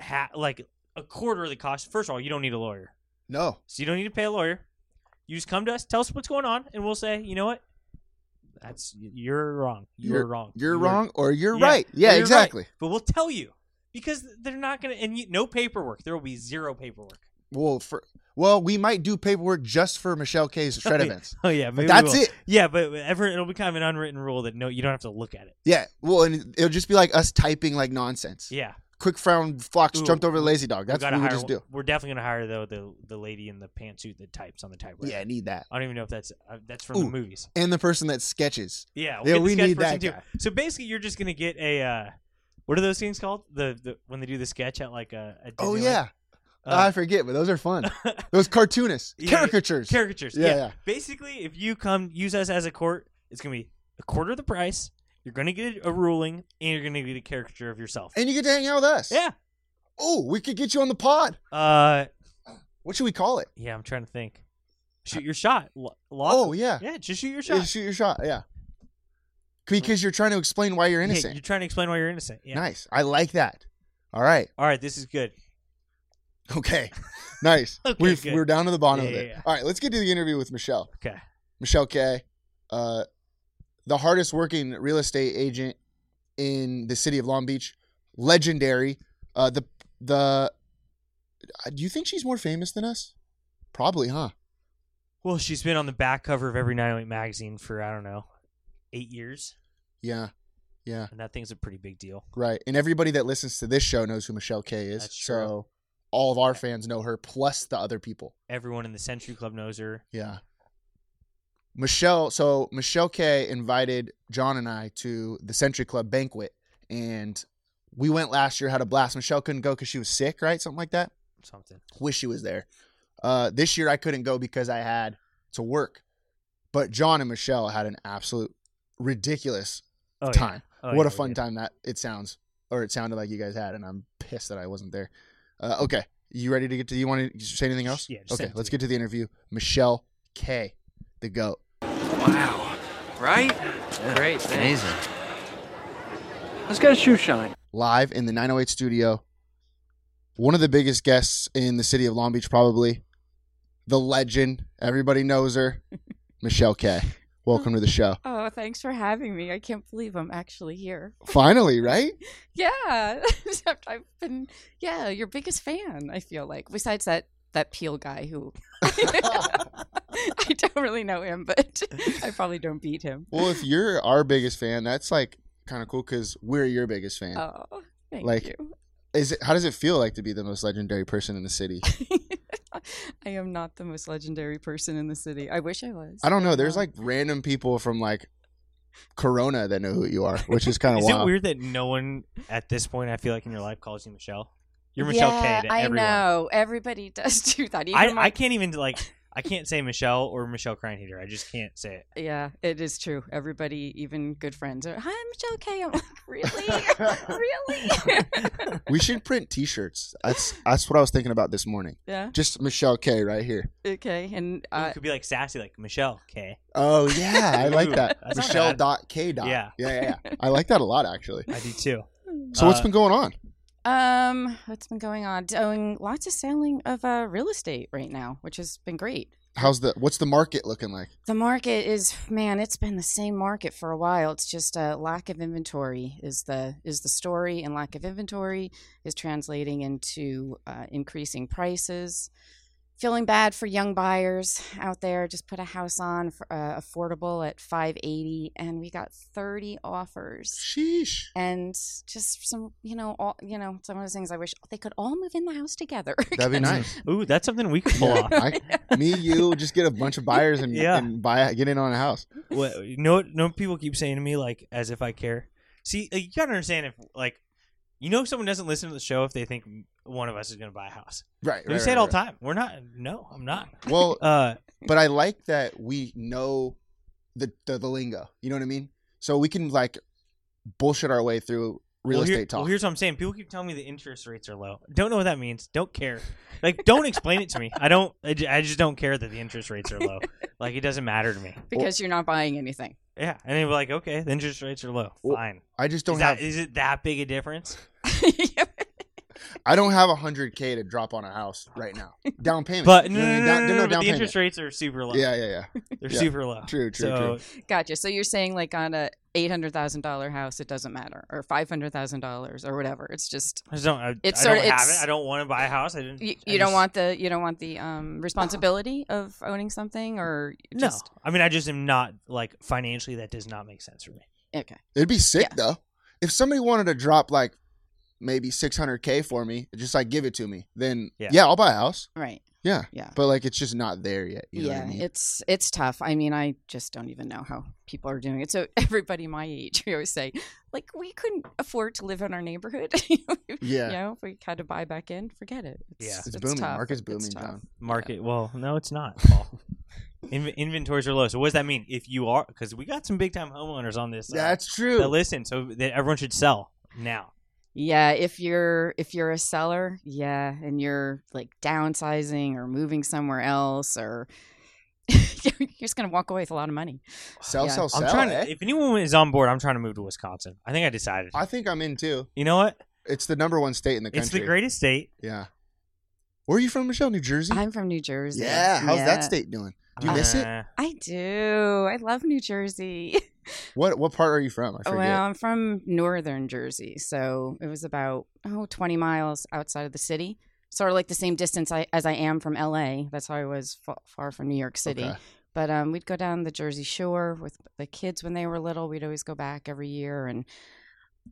B: ha- like a quarter of the cost. First of all, you don't need a lawyer,
A: No.
B: so you don't need to pay a lawyer. You just come to us, tell us what's going on, and we'll say, you know what, that's you're wrong. You're, wrong.
A: You're
B: You are-
A: wrong or you're
B: Yeah,
A: right.
B: or
A: Yeah,
B: you're right.
A: exactly.
B: But we'll tell you because they're not gonna and you, no paperwork. There will be zero paperwork.
A: Well, for well, we might do paperwork just for Michelle K's shred events.
B: Oh yeah, maybe we
A: that's
B: will.
A: it.
B: Yeah, but ever it'll be kind of an unwritten rule that no, you don't have to look at it.
A: Yeah. Well, and it'll just be like us typing like nonsense.
B: Yeah,
A: Quick found fox
B: Ooh,
A: jumped over the lazy dog.
B: we
A: That's what
B: gotta
A: we would
B: hire
A: just
B: one-
A: do.
B: We're definitely gonna hire though the the lady in the pantsuit that types on the typewriter.
A: Yeah, I need that.
B: I don't even know if that's uh, that's from
A: Ooh.
B: the movies.
A: And the person that sketches.
B: Yeah,
A: Yeah,
B: get the
A: we
B: sketch
A: need
B: person
A: that
B: too.
A: guy.
B: So basically, you're just gonna get a uh, what are those things called? The, the when they do the sketch at like a, a
A: Oh
B: Disneyland?
A: yeah,
B: Uh,
A: I forget, but those are fun. those cartoonists,
B: Yeah, yeah.
A: caricatures.
B: caricatures.
A: Uh, Yeah,
B: Yeah,
A: yeah.
B: Basically, if you come use us as a court, it's gonna be a quarter of the price. You're gonna get a ruling, and you're gonna get a caricature of yourself.
A: and you get to hang out with us.
B: yeah.
A: Oh, we could get you on the pod.
B: Uh,
A: What should we call it?
B: yeah. I'm trying to think. Shoot your shot. Lo- lots
A: Oh
B: of-
A: yeah,
B: yeah. Just shoot your
A: Yeah,
B: shot.
A: shoot your shot. Yeah, because you're trying to explain why you're
B: Yeah,
A: innocent.
B: you're trying to explain why you're innocent. Yeah.
A: Nice. I like that. All right.
B: All right. This is good.
A: Okay. Nice.
B: Okay,
A: We've-
B: good.
A: we're down to the bottom
B: Yeah,
A: of
B: yeah,
A: it.
B: yeah.
A: All right. Let's get to the interview with Michelle.
B: Okay.
A: Michelle K, uh, the hardest working real estate agent in the city of Long Beach, legendary. Uh, the the uh, do you think she's more famous than us? Probably, huh?
B: Well, she's been on the back cover of every 908 magazine for I don't know eight years,
A: Yeah, yeah,
B: and that thing's a pretty big deal.
A: right. And everybody that listens to this show knows who Michelle K is.
B: That's true.
A: so all of our fans know her, plus the other people.
B: Everyone in the Century Club knows her.
A: Yeah, Michelle, so Michelle K invited John and I to the Century Club banquet, and we went last year. Had a blast. Michelle couldn't go because she was sick, right? Something like that.
B: Something.
A: Wish she was there. Uh, this year I couldn't go because I had to work, but John and Michelle had an absolute ridiculous
B: Oh, yeah.
A: time.
B: Oh,
A: what
B: yeah,
A: a
B: we
A: fun
B: did.
A: time that it sounds, or it sounded like you guys had, and I'm pissed that I wasn't there. Uh, okay, you ready to get to? You want to say anything else?
B: Yeah, just
A: okay,
B: send it to
A: let's
B: me.
A: get to the interview. Michelle K, the goat.
D: Wow. Right? Great. Amazing. Let's get a shoe shine.
A: live in the 908 studio. One of the biggest guests in the city of Long Beach, probably. The legend. Everybody knows her. Michelle K. Welcome to the show.
E: Oh, thanks for having me. I can't believe I'm actually here.
A: Finally, right?
E: Yeah. Except I've been yeah, your biggest fan, I feel like. Besides that that Peel guy who I don't really know him, but I probably don't beat him.
A: Well, if you're our biggest fan, that's like kind of cool because we're your biggest fan.
E: Oh, thank
A: Like-
E: you.
A: Is it? How does it feel like to be the most legendary person in the city?
E: I am not the most legendary person in the city. I wish I was.
A: I don't know. There's
E: Um,
A: like random people from like Corona that know who you are, which is kind of
B: Is
A: wild.
B: it weird that no one at this point I feel like in your life calls you Michelle? You're Michelle
E: yeah,
B: K to
E: I
B: everyone.
E: know. Everybody does do that. Even
B: I,
E: my-
B: I can't even like I can't say Michelle or Michelle Crineheater. I just can't say it.
E: Yeah, it is true. Everybody, even good friends, are, hi, Michelle K. I'm like, really? really?
A: We should print T-shirts. That's that's what I was thinking about this morning.
E: yeah.
A: Just Michelle K. Right here.
E: Okay. And
B: You
E: uh,
B: could be like sassy, like Michelle K.
A: Oh yeah, I like
B: Ooh,
A: that.
B: that's not
A: Michelle
B: bad.
A: dot K dot.
B: Yeah.
A: yeah, yeah, yeah. I like that a lot actually.
B: I do too.
A: So what's
B: Uh,
A: been going on?
E: um, what's been going on? Doing lots of selling of uh, real estate right now, which has been great.
A: How's the what's the market looking like?
E: The market is man, it's been the same market for a while. It's just a lack of inventory is the is the story, and lack of inventory is translating into uh, increasing prices. Feeling bad for young buyers out there. Just put a house on for, uh, affordable at 580, and we got 30 offers.
A: Sheesh.
E: And just some, you know, all you know, some of those things. I wish they could all move in the house together.
A: That'd be nice.
B: Uh, Ooh, that's something we could pull
A: Yeah,
B: off.
A: I, me, you, just get a bunch of buyers and,
B: Yeah.
A: and buy get in on a house.
B: What, you know what? No people keep saying to me like as if I care. See, like, you gotta understand if like you know if someone doesn't listen to the show if they think one of us is gonna buy a house.
A: Right.
B: we say it all the time. We're not. No, I'm not.
A: time. Well,
B: Uh,
A: but I like that we know the, the the lingo. You know what I mean? So we can like bullshit our way through real
B: well,
A: estate
B: here-
A: talk.
B: Well, here's what I'm saying. People keep telling me the interest rates are low. Don't know what that means. Don't care. Like, don't explain it to me. I don't. I ju- I just don't care that the interest rates are low. Like, it doesn't matter to me.
E: because you're not buying anything.
B: Yeah. And they were like, okay, the interest rates are low.
A: Well,
B: Fine.
A: I just
B: Is
A: don't
B: that
A: have
B: is it that big a difference?
A: I don't have hundred K to drop on a house right now. Down payment.
B: But
A: You
B: no,
A: know what I
B: no,
A: mean?
B: no,
A: Down-
B: no,
A: no,
B: no,
A: no,
B: but
A: down
B: the
A: payment.
B: interest rates are super low.
A: Yeah, yeah, yeah.
B: They're
A: yeah.
B: super low.
A: True, true,
B: So,
E: Gotcha. So you're saying like on a eight hundred thousand dollar house, it doesn't matter, or five hundred thousand dollars, or whatever. It's just
B: I just don't. I,
E: It's
B: I
E: sort
B: don't
E: of-
B: have
E: it's-
B: it. I don't want to buy a house. I didn't.
E: you,
B: Mm-hmm. I
E: you don't
B: just-
E: want the you don't want the um, responsibility of owning something, or
B: No.
E: just
B: I mean, I just am not like financially. That does not make sense for me.
E: okay.
A: It'd be sick though. If somebody wanted to drop like maybe 600k for me, just like give it to me, then yeah,
B: Yeah.
A: I'll buy a house.
E: Right.
A: Yeah.
E: Yeah.
A: But like it's just not there yet, you know what I mean?
E: it's it's tough. I mean, I just don't even know how people are doing it. So everybody my age, we always say, like, we couldn't afford to live in our neighborhood. you
A: yeah.
E: know, if we had to buy back in, forget it. It's,
B: Yeah.
A: It's booming.
E: Tough.
A: Market's
E: It's
A: booming,
E: tough.
A: John.
B: market well no it's not Paul. In- inventories are low so what does that mean if you are because we got some big time homeowners on this uh,
A: That's
B: that
A: true.
B: listen so that everyone should sell now
E: Yeah, if you're if you're a seller, yeah, and you're like downsizing or moving somewhere else or you're just going to walk away with a lot of money.
A: Sell,
E: Yeah.
A: sell, sell.
B: i'm trying
A: eh?
B: to if anyone is on board i'm trying to move to wisconsin i think i decided
A: I think I'm in too.
B: you know what
A: It's the number one state in the country.
B: it's the greatest state
A: Yeah. Where are you from, Michelle? New Jersey?
E: I'm from New Jersey.
A: yeah. How's
E: Yeah.
A: that state doing? Do you miss it?
B: Uh,
E: I do. I love New Jersey.
A: What what part are you from? I forget.
E: Well, I'm from northern Jersey, so it was about oh 20 miles outside of the city. Sort of like the same distance I, as I am from LA. That's how I was fa- far from New York City.
A: Okay.
E: But um, we'd go down the Jersey Shore with the kids when they were little. We'd always go back every year, and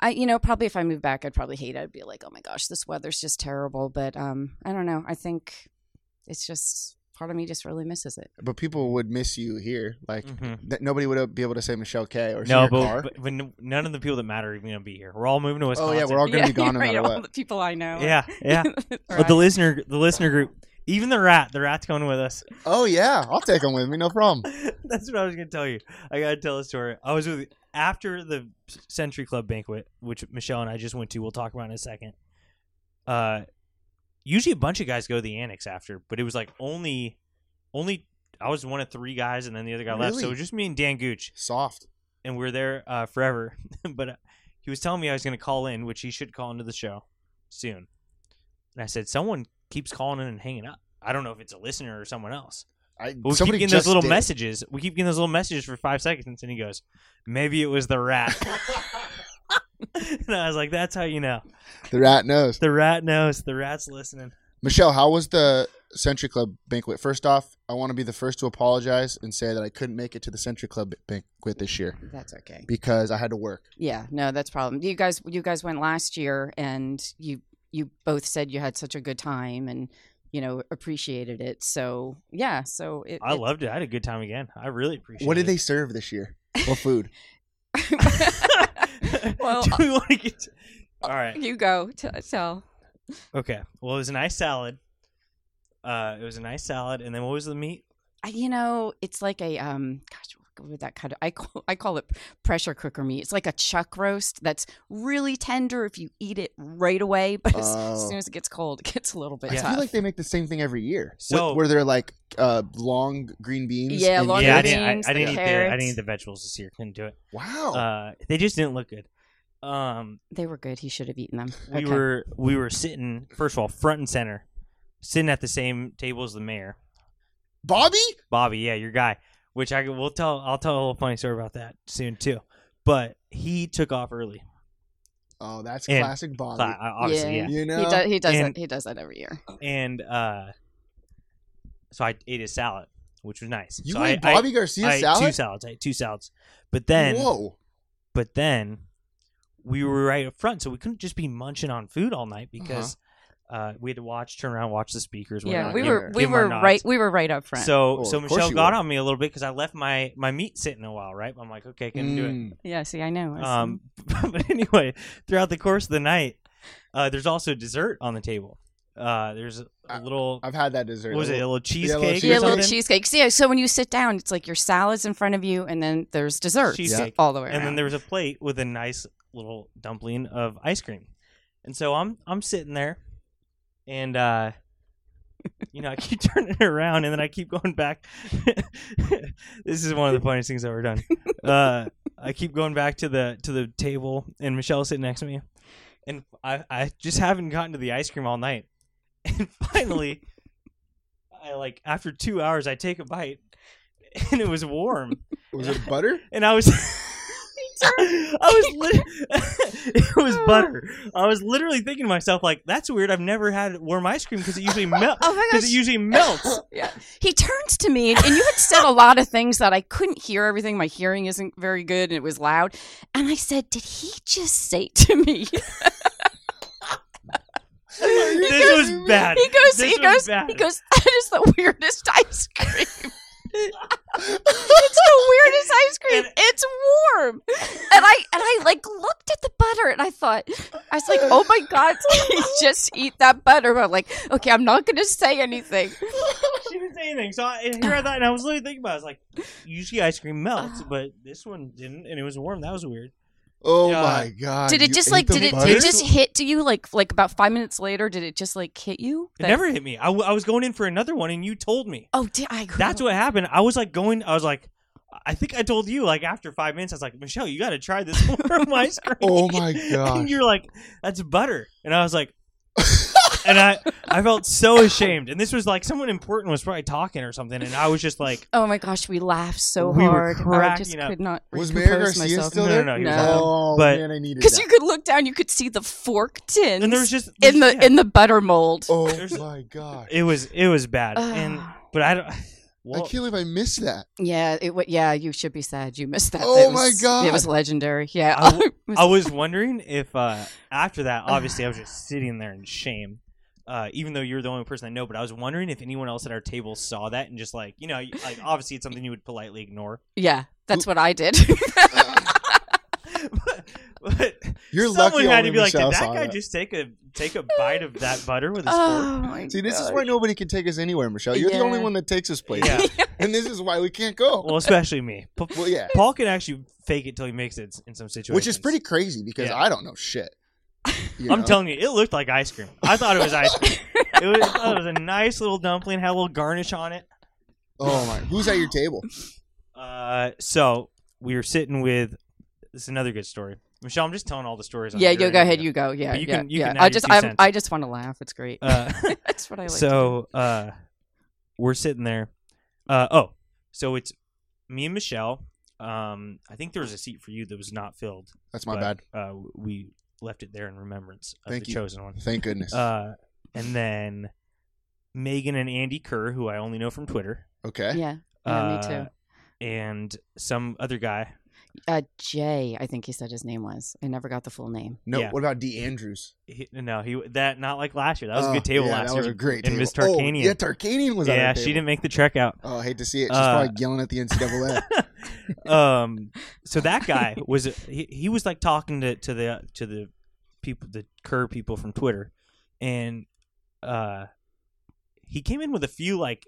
E: I, you know, probably if I moved back, I'd probably hate it. I'd be like, oh my gosh, this weather's just terrible. But um, I don't know. I think it's just part of me just really misses it.
A: But people would miss you here. Like
B: Mhm.
A: that nobody would uh, be able to say Michelle K or
B: No,
A: Sarah Carr.
B: but, but, but n- none of the people that matter are even gonna be here. We're all moving to
A: oh
B: Wisconsin.
A: yeah, we're all gonna be gone no
E: right,
A: matter
E: all
A: what.
E: the people I know.
B: Yeah, yeah.
E: Right.
B: But the listener, the listener group, even the rat, the rat's going with us.
A: Oh yeah, I'll take them with me, no problem.
B: That's what I was gonna tell you. I gotta tell a story. I was with after the Century Club banquet, which Michelle and I just went to. We'll talk about in a second. Uh, usually a bunch of guys go to the annex after, but it was like only, only I was one of three guys, and then the other guy left. So
A: Really?
B: it was just me and Dan Gooch,
A: Soft.
B: and we are there uh, forever. but uh, he was telling me I was gonna call in, which he should call into the show soon. And I said, someone keeps calling in and hanging up. I don't know if it's a listener or someone else.
A: I,
B: But we
A: somebody
B: keep getting those
A: just
B: little
A: did.
B: messages. We keep getting those little messages for five seconds, and he goes, "Maybe it was the rat." and I was like, "That's how you know.
A: The rat knows.
B: The rat knows. The rat's listening."
A: Michelle, how was the Century Club banquet? First off, I want to be the first to apologize and say that I couldn't make it to the Century Club banquet this year
E: That's okay.
A: because I had to work.
E: Yeah, no, that's a problem. You guys, you guys went last year, and you you both said you had such a good time, and you know appreciated it. So yeah, so it,
B: I
E: it-
B: loved it. I had a good time again. I really appreciate.
A: What did they
B: it.
A: serve this year? What food?
E: Well,
B: Do
E: uh,
B: we want to get? to- All right.
E: you go t- tell.
B: Okay. Well, it was a nice salad. Uh, it was a nice salad, and then what was the meat?
E: I, you know, it's like a um, gosh, what would that kind of I call I call it pressure cooker meat. It's like a chuck roast that's really tender if you eat it right away, but as, as
A: Oh.
E: soon as it gets cold, it gets a little bit
B: Yeah.
A: I
E: tough.
A: feel like they make the same thing every year.
B: So-
A: So were there like uh, long green beans?
E: Yeah,
A: and-
E: long
B: yeah, I
E: green
B: didn't. I,
E: beans,
B: I didn't
E: the
B: eat the. I
E: carrots.
B: didn't eat the vegetables this year. Couldn't do it.
A: Wow.
B: Uh, they just didn't look good. Um,
E: they were good. He should have eaten them.
B: we
E: Okay.
B: were we were sitting first of all front and center, sitting at the same table as the mayor,
A: Bobby?
B: Bobby. Yeah, your guy. Which I will tell. I'll tell a little funny story about that soon too. But he took off early.
A: Oh, that's
B: And-
A: classic Bobby.
B: Cla- uh, Obviously, yeah.
A: You know,
E: He does. He does
B: And-
E: that. He does that every year.
B: And uh, so I ate his salad, which was nice.
A: you
B: so
A: made
B: I,
A: Bobby
B: I,
A: Garcia
B: I ate two
A: salad.
B: salads. I ate two salads. But then,
A: Whoa.
B: but then we were right up front, so we couldn't just be munching on food all night because. uh
A: Uh-huh.
B: we had to watch, turn around, watch the speakers.
E: Yeah,
B: whatnot,
E: we
B: give-
E: were we
B: give 'em our
E: were
B: nods.
E: right we were right up front.
B: So
A: Oh,
B: so
A: of course
B: Michelle
A: you
B: got
A: would.
B: on me a little bit because I left my my meat sitting a while, right? I'm like, okay, couldn't do
A: Mm.
E: yeah, see, I know.
B: it.
E: I
B: Um, but anyway, throughout the course of the night, uh, there's also dessert on the table. Uh, there's a, a
A: I-
B: little
A: I've had that dessert. Oh,
B: what was it, a little
A: little
B: cheesecake?
E: see.
B: or
E: yeah, little
B: something?
E: cheesecake. See, so when you sit down, it's like your salads in front of you, and then there's desserts
B: Cheesecake.
E: all the way.
B: And then
E: around.
B: there was a plate with a nice little dumpling of ice cream. And so I'm I'm sitting there, and uh, you know I keep turning it around, and then I keep going back. this is one of the funniest things I've ever done. Uh, I keep going back to the to the table, and Michelle's sitting next to me, and I I just haven't gotten to the ice cream all night, and finally, I like after two hours I take a bite, and it was warm
A: Was it butter?
B: and I was, I was, lit- it was
E: Oh.
B: butter. I was literally thinking to myself, like, that's weird. I've never had warm ice cream because it usually melts.
E: Oh my
B: Because
E: gosh.
B: it usually melts.
E: yeah. He turns to me, and you had said a lot of things that I couldn't hear everything. My hearing isn't very good, and it was loud. And I said, "Did he just say to me?"
B: this was bad.
E: He goes.
B: This was
E: he goes.
B: bad.
E: He goes. That is the weirdest ice cream. it's the weirdest ice cream. It's warm, and I and I like looked at the butter and I thought I was like, oh my god, did he just eat that butter? But I'm like, okay, I'm not gonna say anything.
B: She didn't say anything. So I, and here I thought, and I was literally thinking about. it. I was like, usually ice cream
E: Ah.
B: melts, but this one didn't, and it was warm. That was weird.
A: Oh
B: Yeah.
A: my god!
E: Did it
A: you
E: just
A: ate
E: like
A: the
E: did it,
A: butter?
E: did it just hit to you like like about five minutes later? Did it just like hit you?
B: It
E: That-
B: never hit me. I, w- I was going in for another one, and you told me.
E: Oh, did I?
B: That's what happened. I was like going. I was like, I think I told you like after five minutes. I was like, Michelle, you got to try this warm ice cream.
A: Oh my
B: And
A: gosh.
B: you're like, that's butter. And I was like, and I I felt so ashamed. And this was like someone important was probably talking or something. And I was just like,
E: Oh my gosh, we laughed so
B: We were
E: hard. I just
B: cracking up.
E: could not
A: Was Mayor
E: recompose
A: Garcia
E: myself.
A: still
B: No,
A: there?
B: no, no, he
E: was No. out.
A: Oh
B: But-
A: man, I needed
E: because
A: that.
E: you could look down, you could see the fork tins
B: and there was just
E: in the
B: yeah.
E: in the butter mold.
A: Oh
B: There's-
A: my gosh!
B: it was it was bad.
E: Ugh.
B: and but I don't.
A: I
B: Well,
A: can't believe I missed that.
E: Yeah, it wa Yeah, you should be sad. You missed that.
A: Oh
E: It was-
A: my God.
E: it was legendary. Yeah,
B: I w-
E: it was-
B: uh, I was wondering if uh, after that, obviously, I was just sitting there in shame. uh, even though you're the only person I know, but I was wondering if anyone else at our table saw that and just like, you know, like obviously it's something you would politely ignore.
E: Yeah, that's what I did.
B: but, but
A: You're
B: someone
A: lucky
B: had
A: only
B: to be like,
A: Michelle
B: did that
A: saw
B: guy
A: that."
B: just take a take a bite of that butter with his
E: oh
B: fork?
E: my
A: See, this is
E: gosh.
A: why nobody can take us anywhere, Michelle. You're the only
E: Yeah.
A: one that takes us places,
B: Yeah.
A: and this is why we can't go.
B: Well, especially me. Pa-
A: well yeah,
B: Paul can actually fake it till he makes it in some situations,
A: which is pretty crazy because
B: Yeah.
A: I don't know shit. You
B: I'm
A: know?
B: telling you, it looked like ice cream. I thought it was ice cream. it, was, I thought it was a nice little dumpling, had a little garnish on it.
A: Oh my, who's at your table?
B: Uh, so we were sitting with this is another good story. Michelle, I'm just telling all the stories. on
E: Yeah,
B: your
E: you
B: end
E: go
B: of
E: ahead.
B: it.
E: You go. Yeah,
B: But you
E: yeah,
B: can- you
E: yeah.
B: can add
E: I
B: your
E: just,
B: two
E: I'm,
B: cents.
E: I just want to laugh. It's great.
B: Uh,
E: that's what I like.
B: so uh, we're sitting there. Uh, oh, so it's me and Michelle. Um, I think there was a seat for you that was not filled.
A: That's my
B: but,
A: bad.
B: Uh, we left it there in remembrance of
A: Thank
B: the
A: you.
B: chosen one.
A: Thank goodness.
B: Uh, and then Megan and Andy Kerr, who I only know from Twitter.
A: okay.
E: yeah, yeah, me too.
B: uh, And some other guy.
E: Uh, Jay, I think he said his name was. I never got the full name.
A: No,
B: yeah.
A: what about D. Andrews?
B: He, no, he that not like last year. That was a
A: Oh,
B: good table
A: yeah,
B: last
A: that
B: year.
A: was a great table.
B: and Miss
A: Oh,
B: Tarkanian.
A: yeah, Tarkanian was at
B: yeah,
A: our
B: she
A: table.
B: didn't make the trek out.
A: Oh, I hate to see it. She's
B: Uh,
A: probably yelling at the NCAA.
B: um, so that guy was he, he was like talking to, to the to the people the Kerr people from Twitter, and uh, he came in with a few like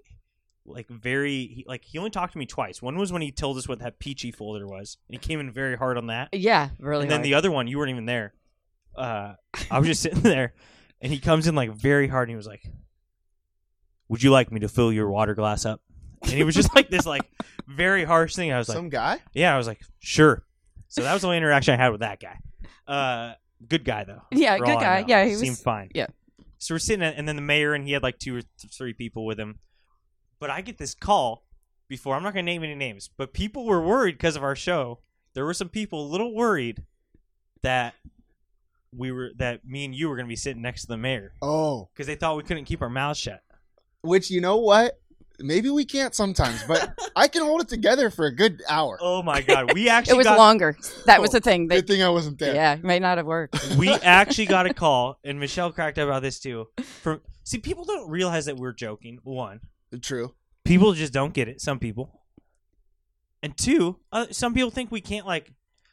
B: like very he, like he only talked to me twice. One was when he told us what that peachy folder was, and he came in very hard on that.
E: Yeah, really.
B: and then the other one, you weren't even there. Uh, I was just sitting there, and he comes in like very hard, and he was like, "Would you like me to fill your water glass up?" And he was just like this, like very harsh thing. I was like,
A: Some guy.
B: yeah, I was like, sure. So that was the only interaction I had with that guy. Uh, good guy though.
E: Yeah,
B: for
E: Uh, good
B: all I
E: guy.
B: know.
E: Yeah, he was-
B: seemed fine.
E: yeah.
B: So we're sitting, at, and then the mayor, and he had like two or th- three people with him. But I get this call before. I'm not going to name any names, but people were worried because of our show. There were some people a little worried that we were that me and you were going to be sitting next to the mayor
A: Oh,
B: because they thought we couldn't keep our mouths shut.
A: which you know what? Maybe we can't sometimes, but I can hold it together for a good hour.
B: Oh my god, we actually
E: it was
B: got Oh,
E: longer. That was the thing. They,
A: Good thing I wasn't there.
E: yeah, it may not have worked.
B: we actually got a call, and Michelle cracked up about this too. From see, people don't realize that we're joking. One,
A: True.
B: people just don't get it. Some people, and two, uh, some people think we can't like,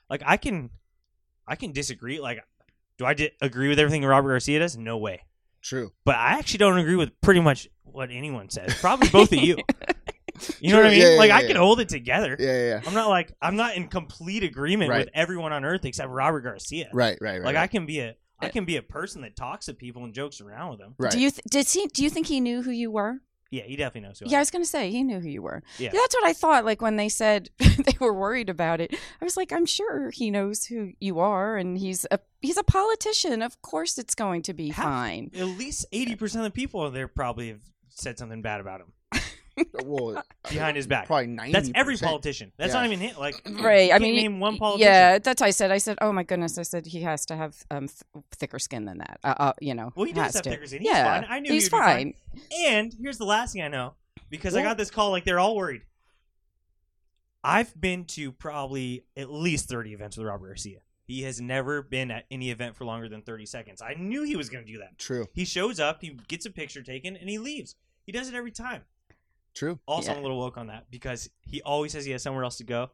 B: like I can, I can disagree. Like, do I di- agree with everything Robert Garcia does? No way.
A: True.
B: But I actually don't agree with pretty much what anyone says. Probably both of you. You know what I
A: True,
B: mean?
A: yeah, yeah,
B: like I
A: yeah,
B: can
A: yeah.
B: hold it together.
A: Yeah, yeah, yeah.
B: I'm not like I'm not in complete agreement
A: Right.
B: with everyone on earth except Robert Garcia.
A: Right, right, right.
B: Like I
A: right.
B: can be a I can be a person that talks to people and jokes around with them.
A: Right.
E: Do you th- did he? Do you think he knew who you were?
B: Yeah, he definitely knows who.
E: Yeah, I was gonna say he knew who you were.
B: Yeah.
E: that's what I thought. Like when they said they were worried about it, I was like, I'm sure he knows who you are, and he's a he's a politician. Of course, it's going to be
B: Half-
E: fine.
B: I am. At least eighty percent of the people there probably have said something bad about him
A: well,
B: behind his back.
A: probably 90
B: That's every politician. That's
A: Yeah.
B: not even him. Like you
E: Right. I
B: can't
E: mean,
B: name one
E: y-
B: politician.
E: Yeah, that's what I said. I said, oh my goodness. I said he has to have um, th- thicker skin than that. Uh, uh, you know.
B: Well, he does
E: has
B: have
E: to.
B: thicker skin. He's
E: yeah,
B: fine. I knew
E: he's
B: he'd be fine.
E: fine.
B: And here's the last thing I know because I
E: Well-
B: got this call. Like they're all worried. I've been to probably at least thirty events with Robert Garcia. He has never been at any event for longer than thirty seconds. I knew he was going to do that.
A: True.
B: He shows up, he gets a picture taken, and he leaves. He does it every time.
A: True.
B: Also, I'm
E: Yeah.
B: a little woke on that because he always says he has somewhere else to go.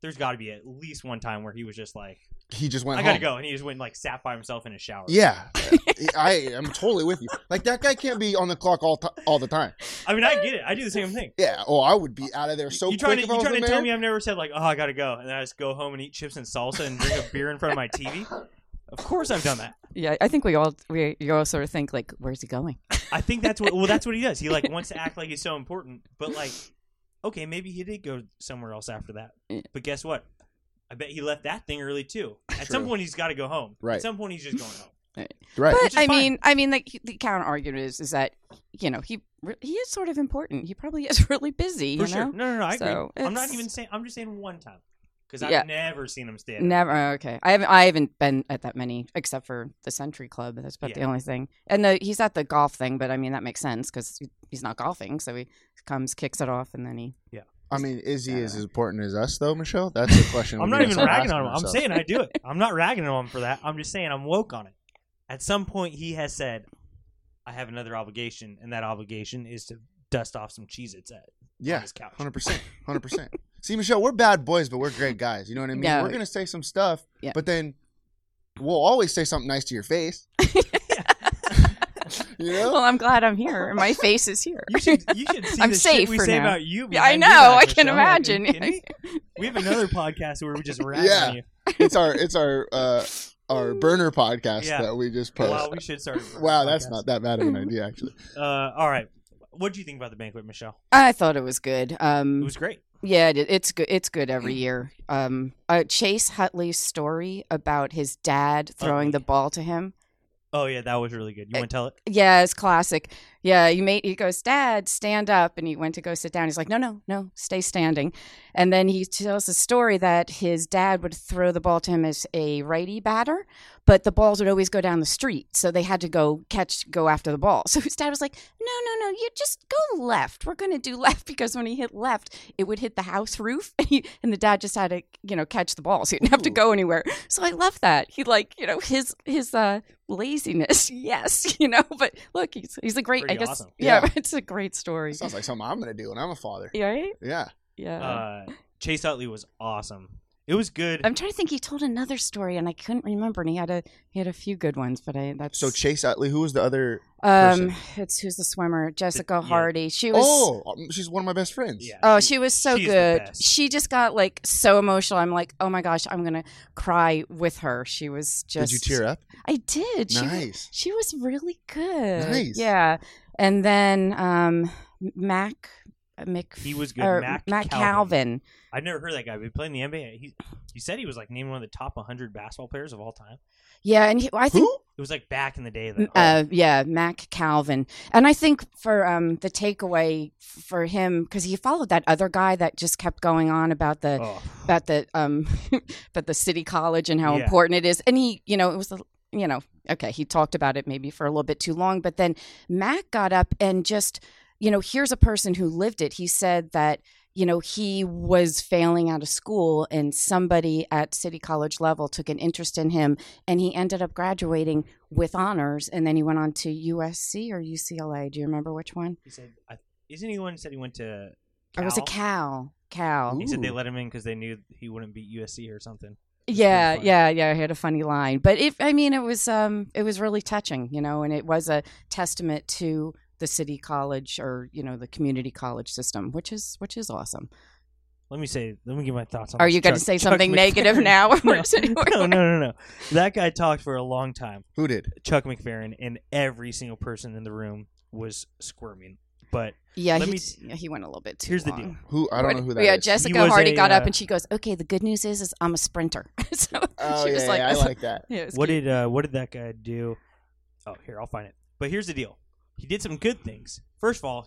B: There's got to be at least one time where he was just like,
A: He just went
B: "I gotta
A: home.
B: go," and he just went and, like sat by himself in a shower.
A: Yeah, I am totally with you. Like that guy can't be on the clock all ti all the time.
B: I mean, I get it. I do the same thing.
A: Yeah. Oh, I would be out of there so
B: you trying
A: quick
B: to
A: if I
B: you
A: was the
B: trying to
A: mayor.
B: tell me I've never said like, "Oh, I gotta go," and then I just go home and eat chips and salsa and drink a beer in front of my TV. Of course, I've done that.
E: Yeah, I think we all we you all sort of think like, where's he going?
B: I think that's what. Well, that's what he does. He like wants to act like he's so important, but like, okay, maybe he did go somewhere else after that.
E: Yeah.
B: But guess what? I bet he left that thing early too. At some
A: True.
B: point, he's got to go home.
A: Right.
B: At some point, he's just going home.
A: right.
E: But
B: Which is
E: I
B: fine.
E: mean, I mean, like the counter argument is is that you know he re- he is sort of important. He probably is really busy.
B: For
E: you
B: sure.
E: know,
B: No, no, no. I
E: So,
B: agree. I'm not
E: it's-
B: even saying. I'm just saying one time because I've
E: Yeah.
B: never seen him stand.
E: never. oh, Okay, I haven't I haven't been at that many except for the Century Club. That's about the
B: Yeah.
E: only thing. And the he's at the golf thing, but I mean that makes sense because he's not golfing, so he comes, kicks it off, and then he.
A: I mean, is he as important as us though, Michelle? That's the question.
B: I'm
A: we
B: not
A: gotta
B: even
A: start
B: ragging
A: asking
B: on him. I'm
A: ourselves.
B: saying I do it. I'm not ragging on him for that. I'm just saying I'm woke on it. At some point, he has said, "I have another obligation, and that obligation is to dust off some Cheez Its at
A: Yeah,
B: his couch."
A: hundred percent, hundred percent. See, Michelle, we're bad boys, but we're great guys. You know what I mean?
E: No.
A: We're gonna say some stuff,
E: Yeah.
A: but then we'll always say something nice to your face. you know?
E: Well, I'm glad I'm here. and My face is here.
B: You should, you should see
E: I'm
B: the shit
E: safe
B: we
E: for
B: say
E: now.
B: about you.
E: Yeah, I
B: behind
E: know.
B: your back,
E: I
B: Michelle.
E: can
B: Are you
E: imagine.
B: kidding me? We have another podcast where we just rag
A: Yeah.
B: on you.
A: it's our it's our uh our burner podcast
B: Yeah.
A: that we just post.
B: Wow,
A: Wow,
B: we should start. a
A: that's
B: podcast.
A: not that bad of an idea actually.
B: Uh, all right. What do you think about the banquet, Michelle?
E: I thought it was good.
B: It
E: Um,
B: was great.
E: Yeah, it, it's good. It's good every year. Um, uh, Chase Hutley's story about his dad throwing the
B: Utley.
E: ball to him.
B: Oh yeah, that was really good. You
E: Uh,
B: want to tell it?
E: Yeah, it's classic. Yeah, he made he goes, Dad, stand up, and he went to go sit down. He's like, No, no, no, stay standing. And then he tells the story that his dad would throw the ball to him as a righty batter, but the balls would always go down the street, so they had to go catch, go after the ball. So his dad was like, No, no, no, you just go left. We're gonna do left because when he hit left, it would hit the house roof, and he and the dad just had to you know catch the ball, so he didn't have to go anywhere. So I love that he like you know his his uh laziness, yes, you know, but look, he's he's a great.
B: Pretty
E: I guess
B: awesome.
E: yeah,
A: Yeah.
E: it's a great story.
A: Sounds like something I'm gonna do when I'm a father.
E: Yeah, right?
A: Yeah.
E: Yeah.
B: Uh, Chase Utley was awesome. It was good.
E: I'm trying to think. He told another story, and I couldn't remember. And he had a he had a few good ones, but I that's
A: So Chase Utley, who was the other?
E: um, it's who's the swimmer? Jessica
B: yeah.
E: Hardy. She was
A: Oh, um, she's one of my best friends.
B: yeah.
E: Oh, she was so
B: she is the
E: good.
B: best.
E: She just got like so emotional. I'm like, oh my gosh, I'm gonna cry with her. She was
A: Did
E: just.
A: you tear up?
E: I did. She, was-
A: Nice.
E: She was really good.
A: Nice.
E: Yeah, and then um, Mac. uh, Mc,
B: He was good.
E: or
B: Mac
E: Calvin.
B: I've never heard of that guy. But he played in the NBA. He he said he was like named one of the top 100 basketball players of all time.
E: Yeah, and he, I think
A: Who?
B: It was like back in the day. Like,
E: Uh, yeah, Mac Calvin. And I think for um, the takeaway f- for him, because he followed that other guy that just kept going on about the
B: oh,
E: about the um, about the city college and how
B: Yeah.
E: important it is. And he, you know, it was the you know, okay, he talked about it maybe for a little bit too long, but then Mac got up and just, you know, here's a person who lived it. He said that you know he was failing out of school and somebody at city college level took an interest in him and he ended up graduating with honors and then he went on to usc or ucla do you remember which one
B: he said, I, isn't he one who said he went to?
E: or was it
B: Cal?
E: cal cal
B: He said they
A: Ooh.
B: let him in because they knew he wouldn't beat USC or something. It's pretty
E: yeah
B: funny.
E: yeah yeah i had a funny line but if i mean it was um it was really touching you know and it was a testament to the city college or you know the community college system which is which is awesome
B: Let me say. Let me give my thoughts on.
E: are
B: this
E: you going to
B: Chuck-
E: say
B: Chuck
E: something
B: McFerrin.
E: negative now
B: No, no, no, no, no. That guy talked for a long time.
A: Who did?
B: Chuck McFerrin and every single person in the room was squirming. But
E: yeah
B: Let
E: he,
B: me-
E: yeah, he went a little bit too
B: here's the
E: long.
B: deal.
A: Who? I don't know who that is.
E: yeah,
B: He was
E: Jessica Hardy
B: a,
E: got
B: uh,
E: up and she goes, "Okay, the good news is, is I'm a sprinter." so
A: Oh
E: she was
A: yeah,
E: like,
A: yeah, I like that.
E: Yeah, it was
B: what
E: cute.
B: did uh, what did that guy do? Oh, here I'll find it. But here's the deal: he did some good things. First of all,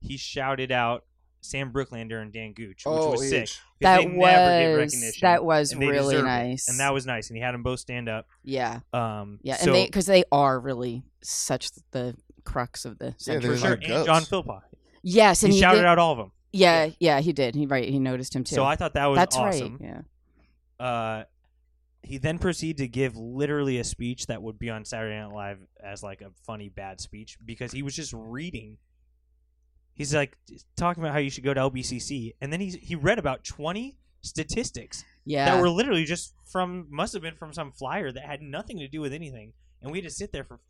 B: he shouted out Sam Brooklander and Dan Gooch, which
A: Oh,
B: was sick.
A: huge.
B: 'cause
E: that
B: they
E: was
B: never get recognition,
E: that was
B: and they
E: really
B: deserve it.
E: nice,
B: and that was nice. And he had them both stand up.
E: yeah,
B: Um,
E: yeah,
B: so-
E: and they because they are really such the crux of the
A: they're
E: century.
B: for sure.
A: like
B: And
A: goats.
B: John Philpott,
E: yes,
B: he,
E: and he,
B: shouted
E: did-
B: out all of them.
E: Yeah, yeah, he did. He right, he noticed him too.
B: So I thought that was
E: That's
B: awesome.
E: right. Yeah,
B: uh, he then proceeded to give literally a speech that would be on Saturday Night Live as like a funny bad speech because he was just reading. He's like talking about how you should go to LBCC, and then he he read about twenty statistics
E: yeah.
B: that were literally just from must have been from some flyer that had nothing to do with anything, and we had to sit there for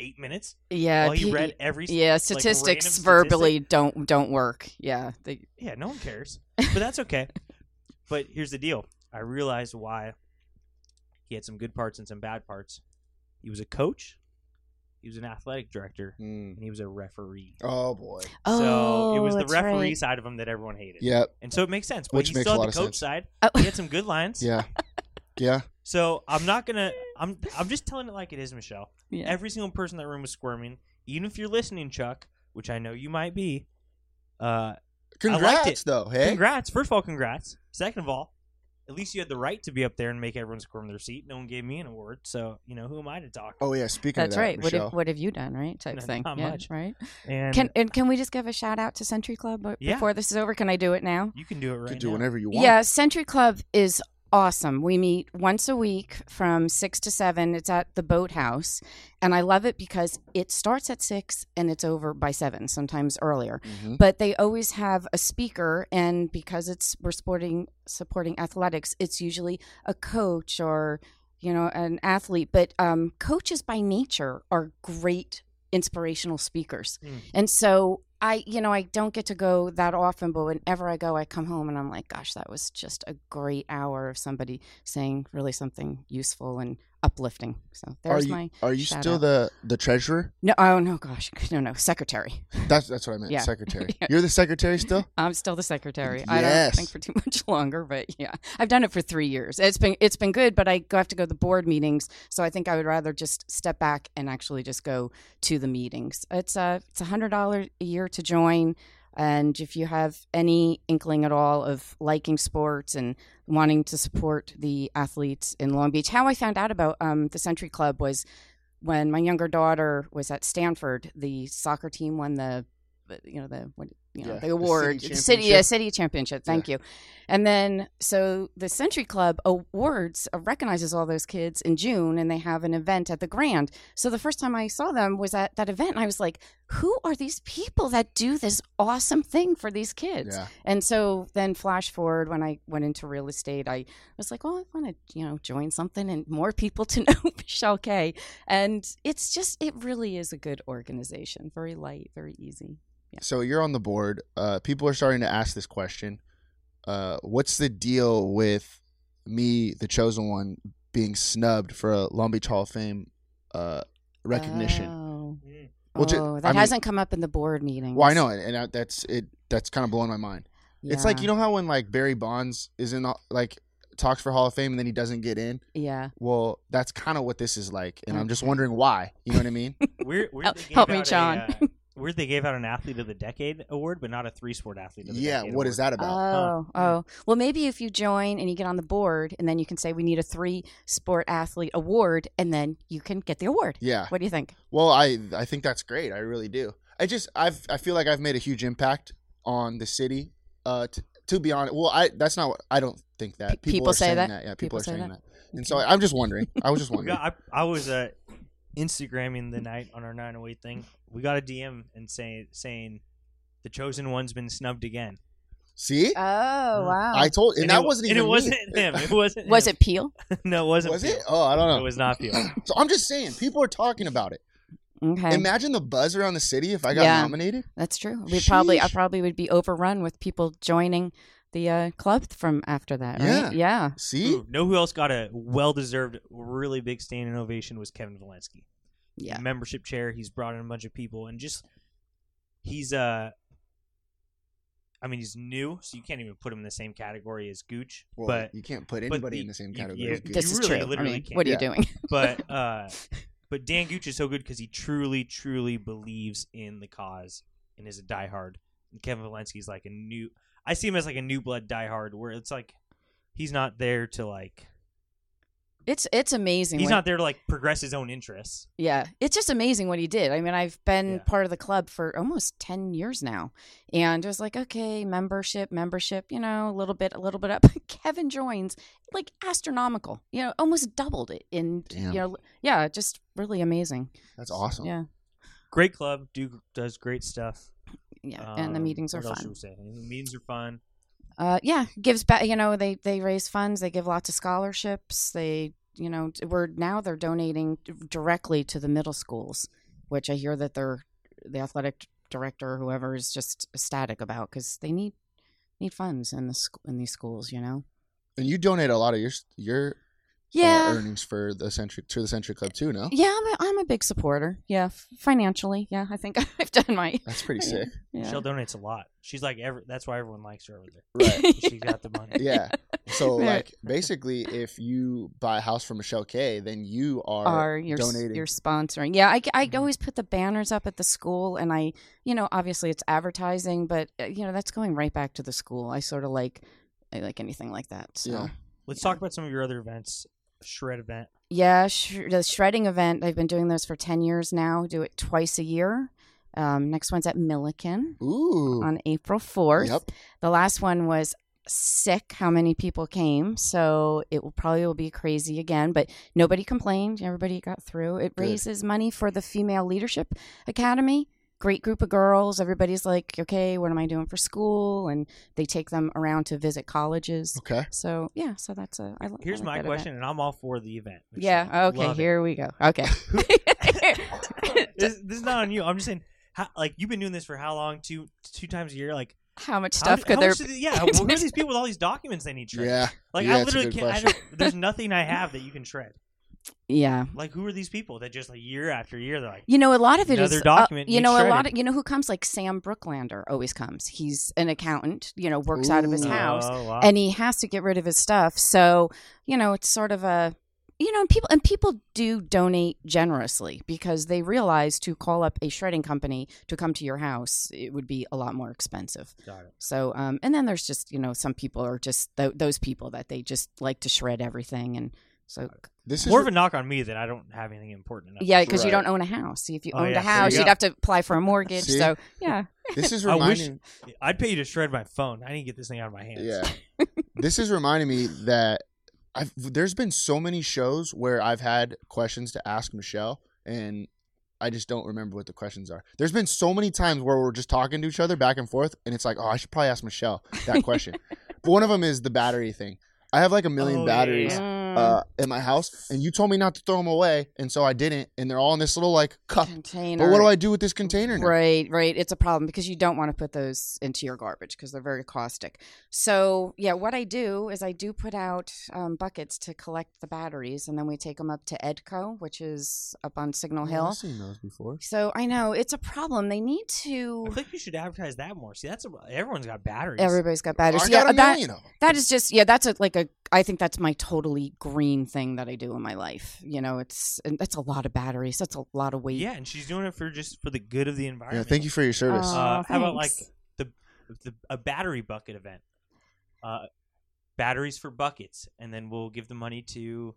B: eight minutes
E: yeah,
B: while he
E: pe-
B: read every like,
E: Yeah,
B: random
E: statistics
B: statistic.
E: verbally don't don't work. Yeah, they,
B: Yeah, no one cares, but that's okay. but here's the deal: I realized why he had some good parts and some bad parts. He was a coach, he was an athletic director,
A: Mm.
B: and he was a referee.
A: Oh boy.
E: oh,
B: so it was the
E: that's
B: referee
E: right.
B: side of him that everyone hated.
A: Yep.
B: and so it makes sense. But
A: Which
B: he
A: makes
B: still
A: a
B: had
A: lot
B: the
A: of
B: coach
A: sense.
B: side.
E: Oh.
B: He had some good lines.
A: Yeah. Yeah.
B: So I'm not gonna. I'm. I'm just telling it like it is, Michelle.
E: Yeah.
B: Every single person in that room was squirming. Even if you're listening, Chuck, which I know you might be. Uh,
A: Congrats
B: it.
A: though. Hey.
B: Congrats. First of all, congrats. Second of all, at least you had the right to be up there and make everyone squirm their seat. No one gave me an award, so you know who am I to talk?
A: Oh yeah. Speaking of
E: That's
A: that,
E: right. What
A: Michelle.
E: have, what have you done, right? Type
B: No,
E: thing.
B: not
E: yeah,
B: much.
E: right.
B: And
E: Can and can we just give a shout out to Century Club b-
B: Yeah.
E: before this is over? Can I do it now?
B: you can do it right
A: you can do
B: now.
A: whatever you want.
E: Yeah, Century Club is awesome. We meet once a week from six to seven. It's at the boathouse. And I love it because it starts at six and it's over by seven, sometimes earlier.
A: Mm-hmm.
E: But they always have a speaker. And because it's we're sporting, supporting athletics, it's usually a coach or, you know, an athlete. But um, coaches by nature are great inspirational speakers.
A: Hmm.
E: And so I, you know, I don't get to go that often, but whenever I go, I come home and I'm like, gosh, that was just a great hour of somebody saying really something useful and uplifting. So
A: Are
E: there's
A: you
E: my.
A: are you
E: shout
A: still
E: out.
A: the the treasurer?
E: No, oh no, gosh, no, no, secretary.
A: That's that's what I meant.
E: Yeah.
A: Secretary.
E: Yeah.
A: You're the secretary still?
E: I'm still the secretary. I don't
A: Yes.
E: think for too much longer, but yeah, I've done it for three years. It's been it's been good, but I go- have to go to the board meetings, so I think I would rather just step back and actually just go to the meetings. It's a it's a hundred dollar a year to join, and if you have any inkling at all of liking sports and wanting to support the athletes in Long Beach, how I found out about um, the Century Club was when my younger daughter was at Stanford. The soccer team won the uh, you know the what you know
A: Yeah,
E: the
A: the
E: award
A: city
E: the city yeah
A: championship.
E: city championship thank you and then so the century club awards uh, recognizes all those kids in june and they have an event at the grand so the first time i saw them was at that event and i was like who are these people that do this awesome thing for these kids
A: Yeah.
E: and so then flash forward when i went into real estate i was like well i want to you know join something and more people to know michelle k and it's just it really is a good organization very light very easy
A: So you're on the board. Uh, people are starting to ask this question. Uh, what's the deal with me, the chosen one, being snubbed for a Long Beach Hall of Fame uh, recognition?
E: Oh,
B: Mm.
A: Well, ju-
E: Oh,
A: I
E: that
A: mean-
E: hasn't come up in the board meetings.
A: well, I know, and, and I, that's it. That's kind of blowing my mind. It's like you know how when like Barry Bonds is in the, like talks for Hall of Fame and then he doesn't get in.
E: Yeah.
A: Well, that's kind of what this is like, and I'm just
E: Okay.
A: wondering why. You know what I mean?
B: We're, we're
E: Oh,
B: they gave
E: help me,
B: out a,
E: John.
B: uh, weird they gave out an athlete of the decade award, but not a three sport athlete. Of the
A: yeah.
B: decade
A: What is
B: award.
A: that about?
E: Oh, oh. Well, maybe if you join and you get on the board, and then you can say we need a three sport athlete award, and then you can get the award.
A: yeah.
E: What do you think?
A: Well, I I think that's great. I really do. I just I've I feel like I've made a huge impact on the city. Uh, t- to be honest, well, I that's not what I don't think that people,
E: Pe- people
A: are
E: say
A: saying
E: that?
A: that. Yeah, people,
E: People
A: are
E: say
A: saying that.
E: that?
A: And so I'm just wondering. I was just
B: We
A: wondering.
B: got- I, I was uh, Instagramming the night on our 908 thing. We got a DM and say, saying, the chosen one's been snubbed again.
A: See,
E: Oh wow.
A: Mm. I told, and, that
B: it,
A: wasn't
B: and
A: even
B: it
A: me.
B: wasn't him. It wasn't.
E: Was
B: him.
E: it Peel?
B: No, it wasn't.
A: Was it?
B: Peel.
A: Oh, I don't
B: It
A: know.
B: was not Peel.
A: So I'm just saying, people are talking about it.
E: Okay,
A: Imagine the buzz around the city if I got
E: Yeah.
A: nominated.
E: that's true. We probably, I
A: Sheesh.
E: probably would be overrun with people joining the uh, club from after that.
A: Yeah. Mm,
E: Right? Yeah.
A: See,
B: Ooh, know who else got a well deserved, really big standing ovation was Kevin Valensky.
E: Yeah.
B: membership chair. He's brought in a bunch of people and just he's uh I mean he's new, so you can't even put him in the same category as Gooch.
A: well,
B: but
A: you can't put
B: but
A: anybody
B: you-
A: in the same
B: you-
A: category.
B: you-
A: as Goose.
E: This is
B: really
E: true. I
B: literally
E: mean,
B: can't.
E: what are
A: Yeah.
E: you doing?
B: but uh but Dan Gooch is so good because he truly, truly believes in the cause and is a diehard. And Kevin Valensky's like a new I see him as like a new blood diehard where it's like he's not there to like
E: It's it's amazing.
B: he's
E: when-
B: not there to like progress his own interests.
E: Yeah, it's just amazing what he did. I mean, I've been
B: Yeah.
E: part of the club for almost 10 years now. And it was like, okay, membership, membership, you know, a little bit, a little bit up. Kevin joins like astronomical, you know, almost doubled it in,
A: Damn.
E: you know, yeah, just really amazing.
A: That's awesome.
E: Yeah.
B: Great club, do does great stuff.
E: Yeah. and the
B: Um,
E: meetings are
B: what else should
E: fun.
B: we say? The meetings are fun.
E: Uh, yeah. Gives back, you know, they, they raise funds, they give lots of scholarships. They, you know, d- we're now they're donating d- directly to the middle schools, which I hear that they're the athletic director or whoever is just ecstatic about because they need need funds in the sc- in these schools, you know.
A: And you donate a lot of your your
E: Yeah,
A: uh, earnings for the century to the century club too. No,
E: yeah, I'm a, I'm a big supporter. Yeah, f- financially, yeah, I think I've done my.
A: that's pretty sick.
E: Yeah.
B: Michelle donates a lot. She's like every. That's why everyone likes her over there.
A: Right.
B: She got the money.
A: Yeah. So
E: Right.
A: like basically if you buy a house from Michelle K, then you are,
E: are you're, s-
A: donating. Mm-hmm.
E: you're sponsoring. Yeah, I, I
B: Mhm.
E: always put the banners up at the school, and I, you know, obviously it's advertising, but uh, you know that's going right back to the school. I sort of like, I like anything like that. So.
A: Yeah.
E: Yeah.
B: Let's talk about some of your other events. Shred event.
E: sh- the shredding event. I've been doing those for ten years now. Do it twice a year. Um, next one's at Milliken
A: Ooh.
E: on April fourth.
A: Yep.
E: The last one was sick how many people came, so it will probably will be crazy again. But nobody complained. Everybody got through. It raises money for the Female Leadership Academy. Great group of girls. Everybody's like, okay, what am I doing for school? And they take them around to visit colleges.
A: Okay.
E: So yeah, so that's a. I, li- I
B: Here's
E: like
B: my
E: that event.
B: question, and I'm all for the event. Michelle.
E: Yeah. Okay.
B: Love it.
E: Here we go. Okay.
B: This, this is not on you. I'm just saying, how, like you've been doing this for how long? Two two times a year, like
E: how much
B: how
E: stuff
B: do-
E: could
B: how
E: there?
B: much do they- yeah, who are these people with all these documents they need shred?
A: Yeah.
B: Like
A: yeah,
B: I
A: it's a
B: literally
A: good
B: can't. I
A: question.
B: don't, there's nothing I have that you can shred.
E: yeah.
B: Like who are these people that just like year after year they're like
E: You know, a lot of it is
B: Another
E: uh,
B: document
E: you
B: needs
E: know, a lot
B: shredded.
E: of you know who comes like Sam Brooklander always comes. He's an accountant. You know, works out of his
A: Ooh.
E: house,
B: Oh, wow.
E: and he has to get rid of his stuff. So you know, it's sort of a you know, and people and people do donate generously because they realize to call up a shredding company to come to your house it would be a lot more expensive.
B: Got it.
E: So, um, and then there's just you know some people are just th- those people that they just like to shred everything, and so
A: This is
B: more of a knock on me that I don't have anything important enough.
E: yeah, because you
A: Right.
E: don't own a house. See, if you
B: Oh,
E: owned
B: yeah, there
E: a
B: you
E: house, you would
B: go.
E: have to apply for a mortgage.
A: See?
E: So yeah,
A: this is
B: I wish-
A: reminding
B: I'd pay you to shred my phone. I need to get this thing out of my hands.
A: Yeah. this is reminding me that I've there's been so many shows where I've had questions to ask Michelle and I just don't remember what the questions are. There's been so many times where we're just talking to each other back and forth and it's like, "Oh, I should probably ask Michelle that question." but one of them is the battery thing. I have like a million
B: Oh, yeah,
A: batteries
B: yeah.
E: Mm-hmm.
A: uh in my house and you told me not to throw them away and so I didn't and they're all in this little like cup.
E: container.
A: But what do I do with this container now?
E: Right, right. It's a problem because you don't want to put those into your garbage because they're very caustic. So, yeah, what I do is I do put out um, buckets to collect the batteries, and then we take them up to Edco, which is up on Signal
A: Oh,
E: Hill.
A: I've seen those before.
E: So I know it's a problem. They need to.
B: I think you should advertise that more. See, that's a, everyone's got batteries.
E: Everybody's got
A: I
E: batteries.
A: got
E: yeah,
A: a
E: uh, that-
A: million of 'em.
E: that is just yeah that's a, like a i think that's my totally green thing that i do in my life you know it's and that's a lot of batteries that's a lot of weight
B: Yeah, and she's doing it for just for the good of the
A: Yeah,
B: environment.
A: thank you for your service.
B: Uh, how about like
E: thanks.
B: the, the a battery bucket event? Uh, batteries for buckets, and then we'll give the money to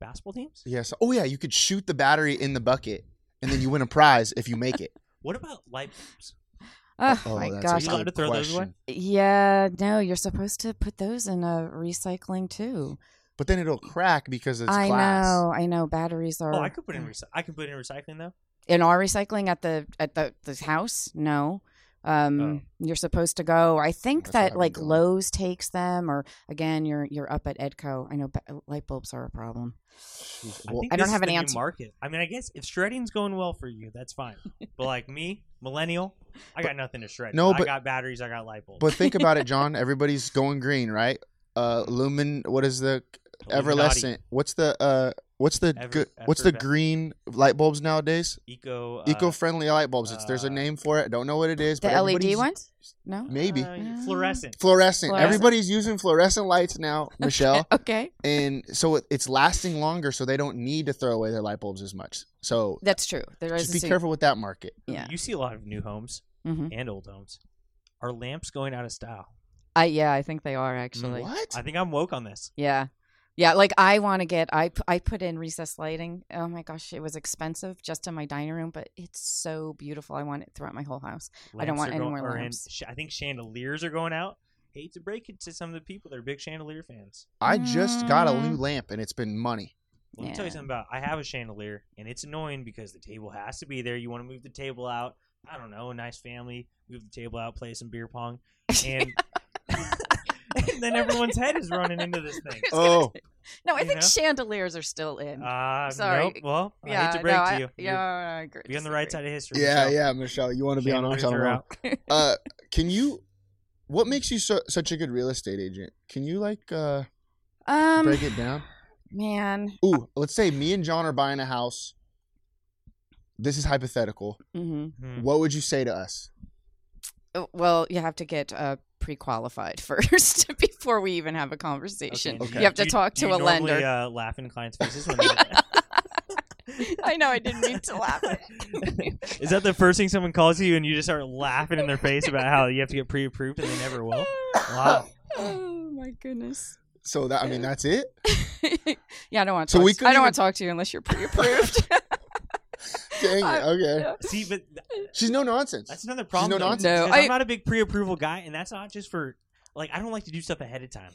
B: basketball teams.
A: Yes. Oh yeah, you could shoot the battery in the bucket, and then you win a prize if you make it.
B: What about light bulbs?
E: oh,
A: oh,
E: my
A: that's
E: gosh
B: Are you allowed to throw those away?
A: question.
E: yeah no you're supposed to put those in a recycling too
A: But then it'll crack because it's
E: i
A: glass.
E: know i know batteries are
B: Oh, I could put in recy- I could put in recycling though.
E: in our recycling at the at the, the house no um
B: Oh.
E: you're supposed to go i think
A: That's what I've
E: that
A: been
E: like
A: doing.
E: lowes takes them or again you're you're up at edco i know ba- light bulbs are a problem
B: I,
A: Well,
B: think
E: I don't
B: this is
E: have an
B: the new
E: answer.
B: Market. I mean, I guess if shredding's going well for you, that's fine. but like me, millennial, I got nothing to shred.
A: No,
B: I
A: but-
B: got batteries. I got light bulbs.
A: But think about it, John. Everybody's going green, right? Uh, lumen. What is the
B: Illuminati,
A: everlescent? What's the uh? What's the
B: Ever-
A: good? What's the
B: effervescent.
A: green light bulbs nowadays?
B: eco uh,
A: Eco-friendly light bulbs. It's, there's a
B: uh,
A: name for it. I don't know what it is.
E: the E
A: but
E: led
A: everybody's-
E: ones no
A: Maybe.
E: Ah,
B: uh, fluorescent.
A: Fluorescent.
E: Fluorescent.
A: Everybody's using fluorescent lights now, Michelle,
E: okay
A: and so it, it's lasting longer, so they don't need to throw away their light bulbs as much. So
E: That's true. There is
A: just
E: a
A: be
E: suit.
A: careful with that market.
E: Yeah.
B: You see a lot of new homes
E: hmm
B: and old homes. Are lamps going out of style?
E: I yeah, I think they are actually.
A: What?
B: I think I'm woke on this.
E: Yeah. Yeah, like I want to get I p- I put in recessed lighting. Oh my gosh, it was expensive just in my dining room, but it's so beautiful. I want it throughout my whole house. I
B: Lamps
E: don't want
B: are
E: any
B: go-
E: more
B: are in-
E: lamps.
B: sh- I think chandeliers are going out. Hate to break it to some of the people that are big chandelier fans.
A: I just got a new
E: Mm.
A: lamp and it's been money.
B: Let me tell you
E: Yeah.
B: something about. I have a chandelier, and it's annoying because the table has to be there. You want to move the table out. I don't know. A nice family move the table out, play some beer pong, and, and then everyone's head is running into this thing.
A: Oh,
E: No, I
B: You
E: think
B: know?
E: chandeliers are still in.
B: Uh,
E: Sorry.
B: Nope. Well, I
E: yeah,
B: hate to break
E: no,
B: to
E: I-
B: you.
E: Yeah, I agree.
B: You're- Be on the right
E: disagree.
B: side of history.
A: yeah,
B: so
A: yeah, Michelle. You want to be on our
B: chandeliers
A: side?
B: are out.
A: Uh, can you? What makes you so, such a good real estate agent? Can you like uh,
E: Um,
A: break it down?
E: man.
A: Ooh, let's say me and John are buying a house. This is hypothetical.
E: hmm
B: Hmm.
A: What would you say to us?
E: Uh, Well, you have to get uh, pre-qualified first before we even have a conversation.
A: Okay.
E: You have to
B: Do
E: talk
B: do
E: to
B: you
E: a
B: normally,
E: lender.
B: Uh, laugh in clients' faces. When they-
E: I know I didn't mean to laugh. at it.
B: Is that the first thing someone calls you, and you just start laughing in their face about how you have to get pre-approved, and they never will? Wow.
E: oh my goodness.
A: So that I mean, that's it.
E: yeah, I don't want to.
A: So
E: talk
A: we
E: to, I
A: couldn't
E: don't want to talk to you unless you're pre-approved.
A: Dang it. Okay.
B: See, but th-
A: She's no nonsense.
B: that's another
A: no
B: problem. though,
A: nonsense.
E: No,
B: because I'm
E: I-
B: not a big pre-approval guy, and that's not just for Like I don't like to do stuff ahead of time.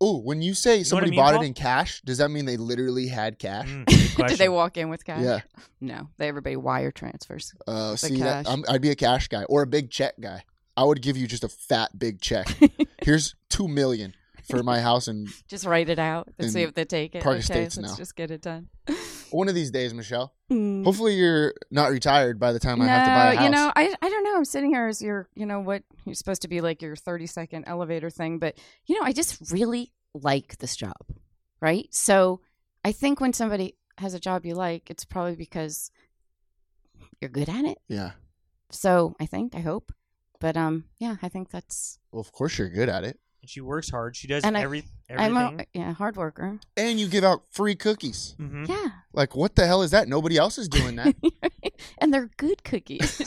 A: Oh, when you say
B: what I
A: somebody
B: mean,
A: bought
B: Paul?
A: it in cash, does that mean they literally had cash?
B: Mm,
E: Did they
B: question.
E: walk in with cash?
A: Yeah.
E: No, they everybody wire transfers.
A: Uh,
E: The
A: see, that,
E: cash.
A: I'm, I'd be a cash guy or a big check guy. I would give you just a fat big check. Here's two million for my house, and
E: Just write it out and see
A: In
E: if they take it.
A: Park
E: okay,
A: Estates
E: let's
A: now.
E: just get it done.
A: one of these days, Michelle.
E: Mm.
A: Hopefully, you're not retired by the time I
E: no,
A: have to buy a house.
E: you know, I I don't know. I'm sitting here as your, you know, what you're supposed to be like your 30 second elevator thing, but you know, I just really like this job, right? So I think when somebody has a job you like, it's probably because you're good at it.
A: yeah.
E: So I think, I hope, but um, yeah, I think that's
A: Well, of course you're good at it,
B: And she works hard. She does
E: And I-
B: every everything.
E: I'm a yeah hard worker.
A: and you give out free cookies.
B: Mhm.
E: Yeah,
A: Like, what the hell is that? Nobody else is doing that.
E: and they're good cookies.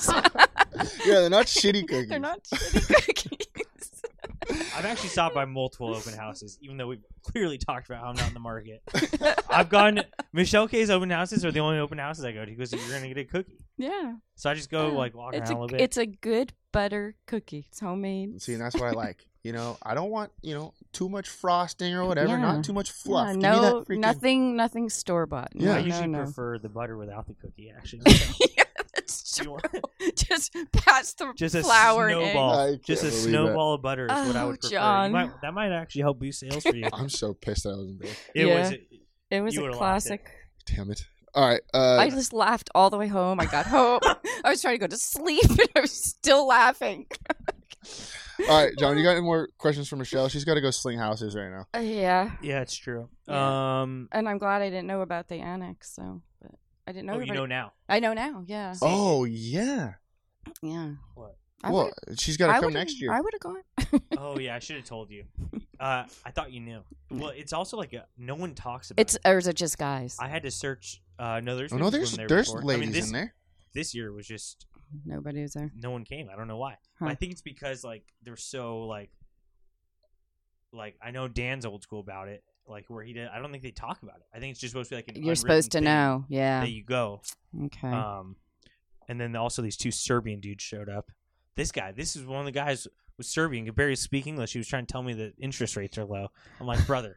A: yeah, they're not shitty cookies.
E: they're not shitty cookies.
B: I've actually stopped by multiple open houses, even though we've clearly talked about how I'm not in the market. I've gone. Michelle K's open houses are the only open houses I go to because you're gonna get a cookie.
E: yeah,
B: So I just go like walk around
E: it's a,
B: a little bit.
E: it's a good butter cookie. It's homemade.
A: See, and that's what I like. You know, I don't want you know too much frosting or whatever. Not
E: Yeah.
A: too much fluff.
E: Yeah,
A: Give me that
E: no,
A: freaking-
E: nothing, nothing store bought.
A: Yeah.
B: I
E: no,
B: usually
E: no, no.
B: prefer the butter without the cookie. Actually,
E: yeah, that's
B: Do you
E: true.
B: want-
E: Just pass the
B: just a
E: flour and egg.
A: I
B: snowball,
A: can't
B: just a
A: believe
B: snowball of butter is what I
E: Oh,
B: would prefer. You
E: John.
B: might- that might actually help boost sales for you.
A: I'm so pissed that I wasn't there.
B: It
E: Yeah.
B: was.
E: It was
B: You
E: a
B: would've liked it.
E: classic.
A: Damn it. All right. Uh,
E: I just laughed all the way home. I got home. I was trying to go to sleep, and I was still laughing.
A: All right, John, you got any more questions for Michelle? She's got to go sling houses right now.
E: Uh, yeah,
B: Yeah, it's true.
E: Yeah.
B: Um.
E: and I'm glad I didn't know about the annex. So, but I didn't know.
B: oh, you
E: everybody-
B: know now.
E: I know now. Yeah,
A: Oh yeah.
E: yeah.
B: What?
E: I
A: well,
E: would've-
A: she's got
E: I
A: to come
E: would've-
A: next year.
E: I would have gone.
B: Oh yeah, I should have told you. Uh, I thought you knew. Well, it's also like a, no one talks about.
E: it's
B: it.
E: or is it just guys?
B: I had to search. Uh, no, there's
A: oh no,
B: been
A: there's
B: women there
A: there's
B: before.
A: ladies
B: I mean, this,
A: in there.
B: This year was just
E: Nobody was there.
B: no one came. I don't know why.
E: Huh.
B: But I think it's because like they're so like, like I know Dan's old school about it. Like where he did, I don't think they talk about it. I think it's just supposed to be like an
E: You're
B: unwritten
E: supposed to
B: thing
E: know. Yeah.
B: that you go.
E: okay.
B: Um, and then also these two Serbian dudes showed up. This guy, this is one of the guys was Serbian, could barely speak English. He was trying to tell me that interest rates are low. I'm like, brother,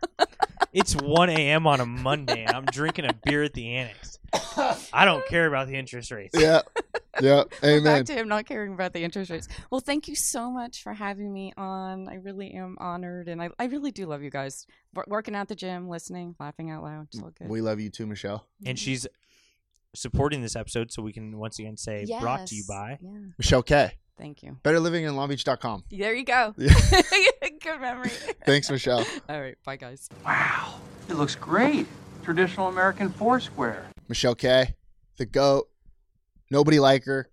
B: it's 1 a.m. on a Monday. And I'm drinking a beer at the annex. I don't care about the interest rates.
A: Yeah. Yeah. Amen.
E: Back to him not caring about the interest rates. Well, thank you so much for having me on. I really am honored, and I, I really do love you guys. Wor- working out the gym, listening, laughing out loud, it's all good.
A: Mm, We love you too, Michelle.
B: And she's supporting this episode, so we can once again say, eh, brought to you
E: Yes.
B: by.
E: Yeah,
A: Michelle K.
E: thank you.
A: BetterLivingInLongBeach.com.
E: There you go.
A: Yeah.
E: good memory.
A: Thanks, Michelle.
E: all right, bye guys.
D: Wow, it looks great. Traditional American foursquare.
A: Michelle K. The goat. Nobody like her.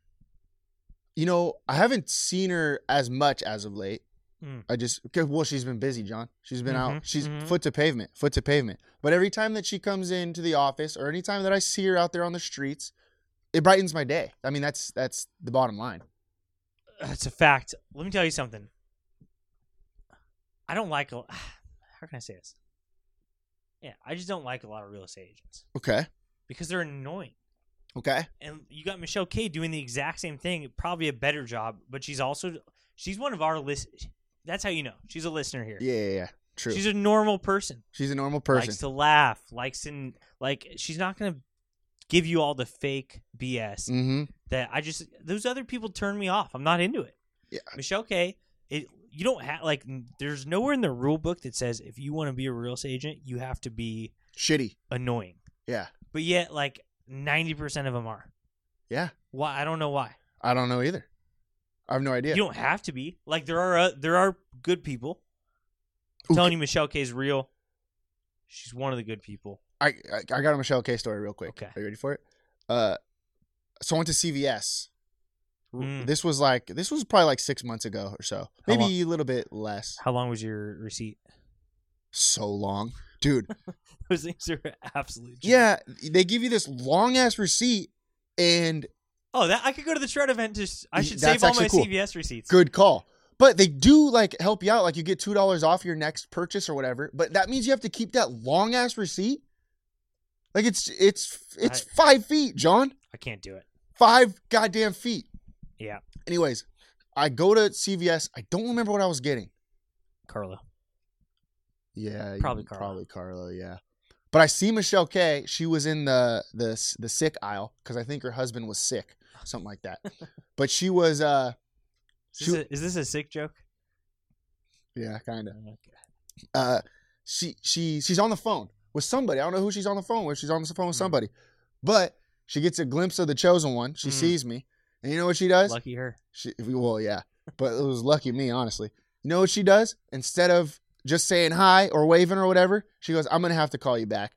A: You know, I haven't seen her as much as of late.
B: Mm.
A: I just 'cause- well, she's been busy, John. She's been
B: Mhm,
A: out. She's
B: mhm.
A: foot to pavement, foot to pavement. But every time that she comes into the office, or any time that I see her out there on the streets, it brightens my day. I mean, that's that's the bottom line.
B: That's a fact. Let me tell you something. I don't like a. How can I say this? Yeah, I just don't like a lot of real estate agents.
A: Okay.
B: because they're annoying.
A: Okay.
B: And you got Michelle K doing the exact same thing, probably a better job, but she's also she's one of our list. That's how you know she's a listener here.
A: Yeah, yeah, yeah. True.
B: she's
A: She's a,
B: a normal person,
A: normal person.
B: Likes to laugh. Likes and like she's not gonna give you all the fake BS
A: mm-hmm.
B: that I just those other people turn me off. I'm not into it.
A: Yeah.
B: Michelle K. It you don't have like there's nowhere in the rule book that says if you want to be a real estate agent you have to be
A: Shitty.
B: annoying,
A: Yeah.
B: but yet like ninety percent of them are.
A: Yeah.
B: Why I don't know why.
A: I don't know either. I have no idea.
B: You don't have to be. Like there are uh, there are good people. I'm
A: Ooh,
B: telling you, Michelle K is real. She's one of the good people.
A: I, I I got a Michelle K story real quick.
B: Okay.
A: Are you ready for it? Uh, so I went to CVS. R-
B: Mm.
A: This was like this was probably like six months ago or so,
B: How
A: maybe
B: long-
A: a little bit less.
B: How long was your receipt?
A: So long, dude.
B: Those things are absolute. joke.
A: yeah, they give you this long ass receipt and
B: Oh, that I could go to the shred event. Just I
A: Y-
B: should
A: that's
B: save all my
A: actually cool.
B: CVS receipts.
A: good call. But they do like help you out, like you get two dollars off your next purchase or whatever. But that means you have to keep that long ass receipt. Like it's it's it's
B: I-
A: five feet, John.
B: I can't do it.
A: Five goddamn feet.
B: Yeah.
A: Anyways, I go to CVS. I don't remember what I was getting.
B: Carlo.
A: Yeah,
B: Probably
A: you-
B: Carlo.
A: Probably Carlo. Yeah, but I see Michelle K. She was in the the s- the sick aisle because I think her husband was sick, something like that. but she was, uh,
B: Is this,
A: Shoot.
B: a, is this a sick joke?
A: yeah, kind
B: Oh,
A: of. Uh, she she she's on the phone with somebody. I don't know who she's on the phone with. She's on the phone with
B: Hmm.
A: somebody, but she gets a glimpse of the chosen one. She
B: Hmm.
A: sees me, and you know what she does?
B: Lucky her.
A: She, well, yeah, but it was lucky me, honestly. You know what she does? Instead of just saying hi or waving or whatever, she goes, "I'm gonna have to call you back."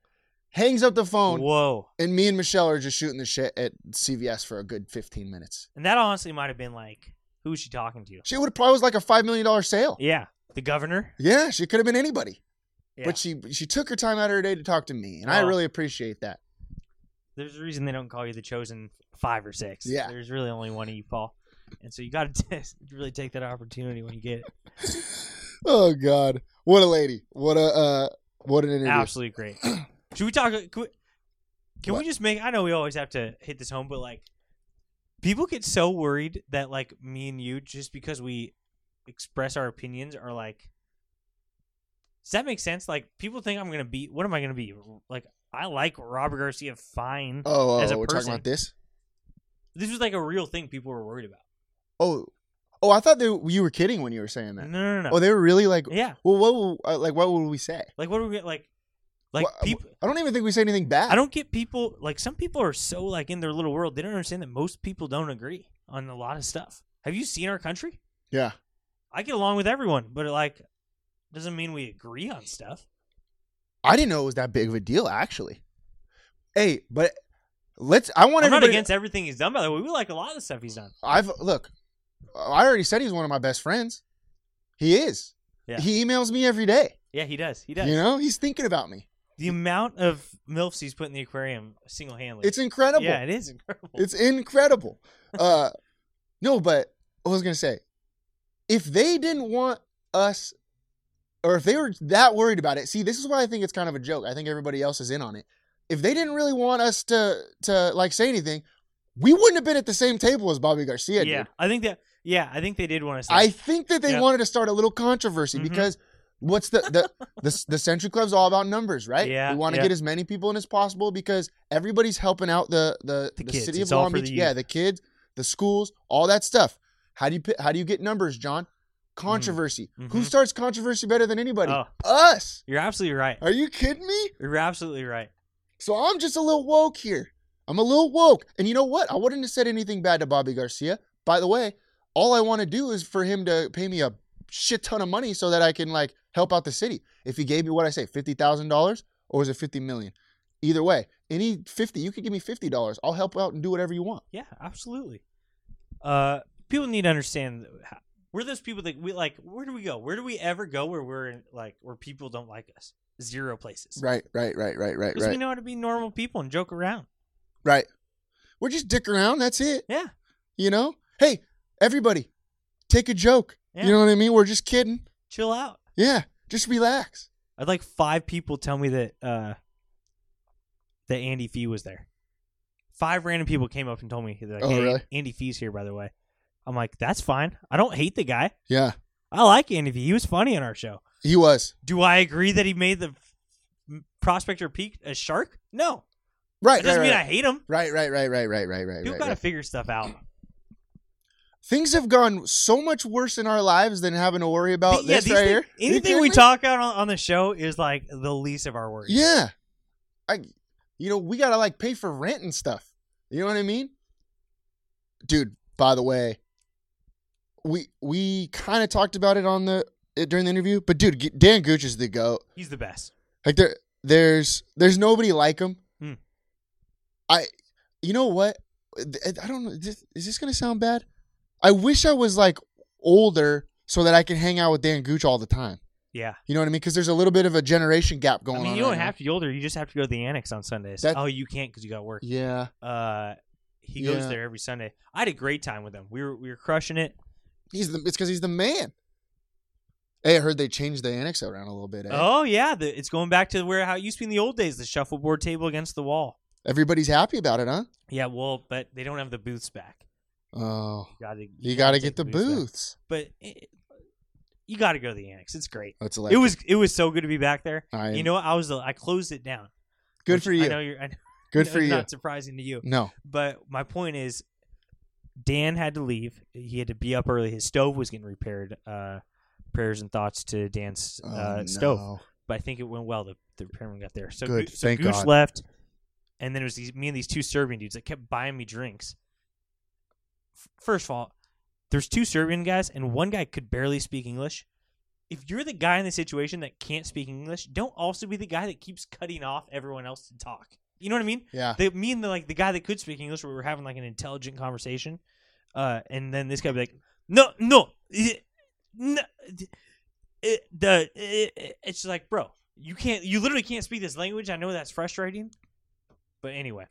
A: Hangs up the phone,
B: Whoa.
A: and me and Michelle are just shooting the shit at CVS for a good 15 minutes.
B: And that honestly might have been like, who is she talking to?
A: She would probably was like a five million dollar sale. Yeah,
B: Yeah. The governor?
A: she could have been anybody,
B: Yeah.
A: but she she took her time out of her day to talk to me, and I
B: Oh.
A: really appreciate that.
B: There's a reason they don't call you the chosen five or six.
A: Yeah.
B: There's really only one of you, Paul. And so you got to really take that opportunity when you get it.
A: Oh God, what a lady! What a uh, what an interview!
B: Absolutely great. Should we talk? Can, we, can we
A: What?
B: just make? I know we always have to hit this home, but like, people get so worried that like me and you, just because we express our opinions, are like. Does that make sense? Like people think I'm gonna be. What am I gonna be? Like I like Robert Garcia fine.
A: Oh, oh,
B: As a
A: we're
B: person.
A: talking about this.
B: This was like a real thing people were worried about.
A: Oh, oh, I thought they, you were kidding when you were saying that.
B: No, no, no.
A: Oh, they were really like.
B: yeah.
A: Well, what will, uh, like what would we say?
B: Like what are we gonna- like? Like
A: Wha-
B: people.
A: I don't even think we say anything bad.
B: I don't get people like some people are so like in their little world they don't understand that most people don't agree on a lot of stuff. Have you seen our country?
A: Yeah,
B: I get along with everyone, but it, like doesn't mean we agree on stuff.
A: I didn't know it was that big of a deal actually. Hey, but let's. I want
B: I'm not
A: everybody.
B: against everything he's done by the way. We like a lot of the stuff he's done.
A: I've look. I already said he's one of my best friends. He is.
B: Yeah.
A: He emails me every day.
B: Yeah, he does. He does.
A: You know, he's thinking about me.
B: The amount of milfs he's put in the aquarium single handedly.
A: It's incredible.
B: yeah, it is incredible.
A: It's incredible. Uh, no, but I was gonna say, if they didn't want us, or if they were that worried about it, see, this is why I think it's kind of a joke. I think everybody else is in on it. If they didn't really want us to to like say anything, we wouldn't have been at the same table as Bobby Garcia.
B: yeah,
A: Dude.
B: I think that. Yeah, I think they did want to say.
A: I think that they
B: Yeah.
A: wanted to start a little controversy
B: Mhm.
A: because what's the the, the the Century Club's all about numbers, right?
B: Yeah,
A: we want to
B: yeah.
A: get as many people in as possible because everybody's helping out the the,
B: The
A: the,
B: kids.
A: city
B: It's
A: of
B: all
A: Long
B: for the
A: Beach. yeah,
B: youth.
A: the kids, the schools, all that stuff. How do you pi- how do you get numbers, John? Controversy. Who
B: Mhm.
A: starts controversy better than anybody?
B: Mm-hmm. Oh.
A: Us.
B: You're absolutely right.
A: Are you kidding me?
B: You're absolutely right.
A: So I'm just a little woke here. I'm a little woke. And you know what? I wouldn't have said anything bad to Bobby Garcia. By the way, all I want to do is for him to pay me a shit ton of money so that I can like help out the city. If he gave me what I say, fifty thousand dollars or was it fifty million? Either way, any fifty, you could give me fifty dollars. I'll help out and do whatever you want.
B: Yeah, absolutely. Uh, people need to understand that ho- we're those people that we like. Where do we go? Where do we ever go where we're in, like where people don't like us? Zero places.
A: Right, right, right, right, right,
B: Because we know how to be normal people and joke around.
A: Right. We're just dick around, that's it.
B: Yeah.
A: You know? Hey, everybody, take a joke.
B: Yeah.
A: You know what I mean? We're just kidding.
B: Chill out.
A: Yeah. Just relax.
B: I'd like five people tell me that uh that Andy Fee was there. Five random people came up and told me they're like,
A: Oh,
B: "Hey,
A: really?
B: Andy Fee's here by the way." I'm like, "That's fine. I don't hate the guy.
A: Yeah.
B: I like Andy Fee. He was funny on our show."
A: He was.
B: Do I agree that he made the f- prospector peak a shark? No.
A: Right.
B: That doesn't
A: right,
B: mean I
A: right.
B: hate him.
A: Right, right, right, right, right, right, right,
B: People
A: right,
B: gotta
A: right.
B: figure stuff out.
A: Things have gone so much worse in our lives than having to worry about
B: Th- yeah,
A: Oh, this
B: these
A: right
B: thi-
A: here. Are you
B: anything
A: kidding
B: we
A: me?
B: talk out on, on the show is like the least of our worries.
A: Yeah. I you know, we gotta like pay for rent and stuff. You know what I mean? Dude, by the way, we we kind of talked about it on the it, during the interview, but dude, G- Dan Gooch is the goat.
B: He's the best.
A: Like there, there's there's nobody like him.
B: Hmm.
A: I, you know what? Th- I don't know. Is this, is this gonna sound bad? I wish I was like older so that I can hang out with Dan Gooch all the time.
B: Yeah.
A: You know what I mean? Because there's a little bit of a generation gap going
B: I
A: on.
B: mean, you don't
A: right now.
B: have to be older. You just have to go to the annex on Sundays.
A: That-
B: oh, you can't because you got work.
A: Yeah.
B: Uh, he goes
A: Yeah.
B: there every Sunday. I had a great time with him. We were we were crushing it.
A: He's the. It's because he's the man. Hey, I heard they changed the annex around a little bit. eh?
B: Oh yeah, the, it's going back to where how it used to be in the old days. The shuffleboard table against the wall.
A: Everybody's happy about it, huh?
B: Yeah, well, but they don't have the booths back.
A: Oh,
B: Gotta-
A: you got to
B: take
A: get the
B: back.
A: booths.
B: but it, you got to go to the annex. It's great.
A: That's
B: It
A: hilarious.
B: was it was so good to be back there.
A: I
B: you
A: am-
B: know, what? I was I closed it down.
A: good
B: which
A: for
B: I
A: you.
B: know you're. I know,
A: good
B: I know
A: for
B: it's
A: you.
B: Not surprising to you,
A: No,
B: but my point is, Dan had to leave. He had to be up early. His stove was getting repaired. Uh, prayers and thoughts to Dan's
A: Oh,
B: uh, stove
A: no.
B: but I think it went well. The, the repairman got there. So,
A: Good,
B: Goo- so
A: thank
B: Gooch
A: God.
B: left, and then it was these, me and these two Serbian dudes that kept buying me drinks. F- First of all, there's two Serbian guys, and one guy could barely speak English. If you're the guy in the situation that can't speak English, don't also be the guy that keeps cutting off everyone else to talk. You know what I mean?
A: Yeah.
B: They, me and the like the guy that could speak English, we were having like an intelligent conversation, uh, and then this guy would be like, "No, no, eh, no." eh, it, the it, it- it's just like, bro, you can't, you literally can't speak this language. I know that's frustrating, but anyway,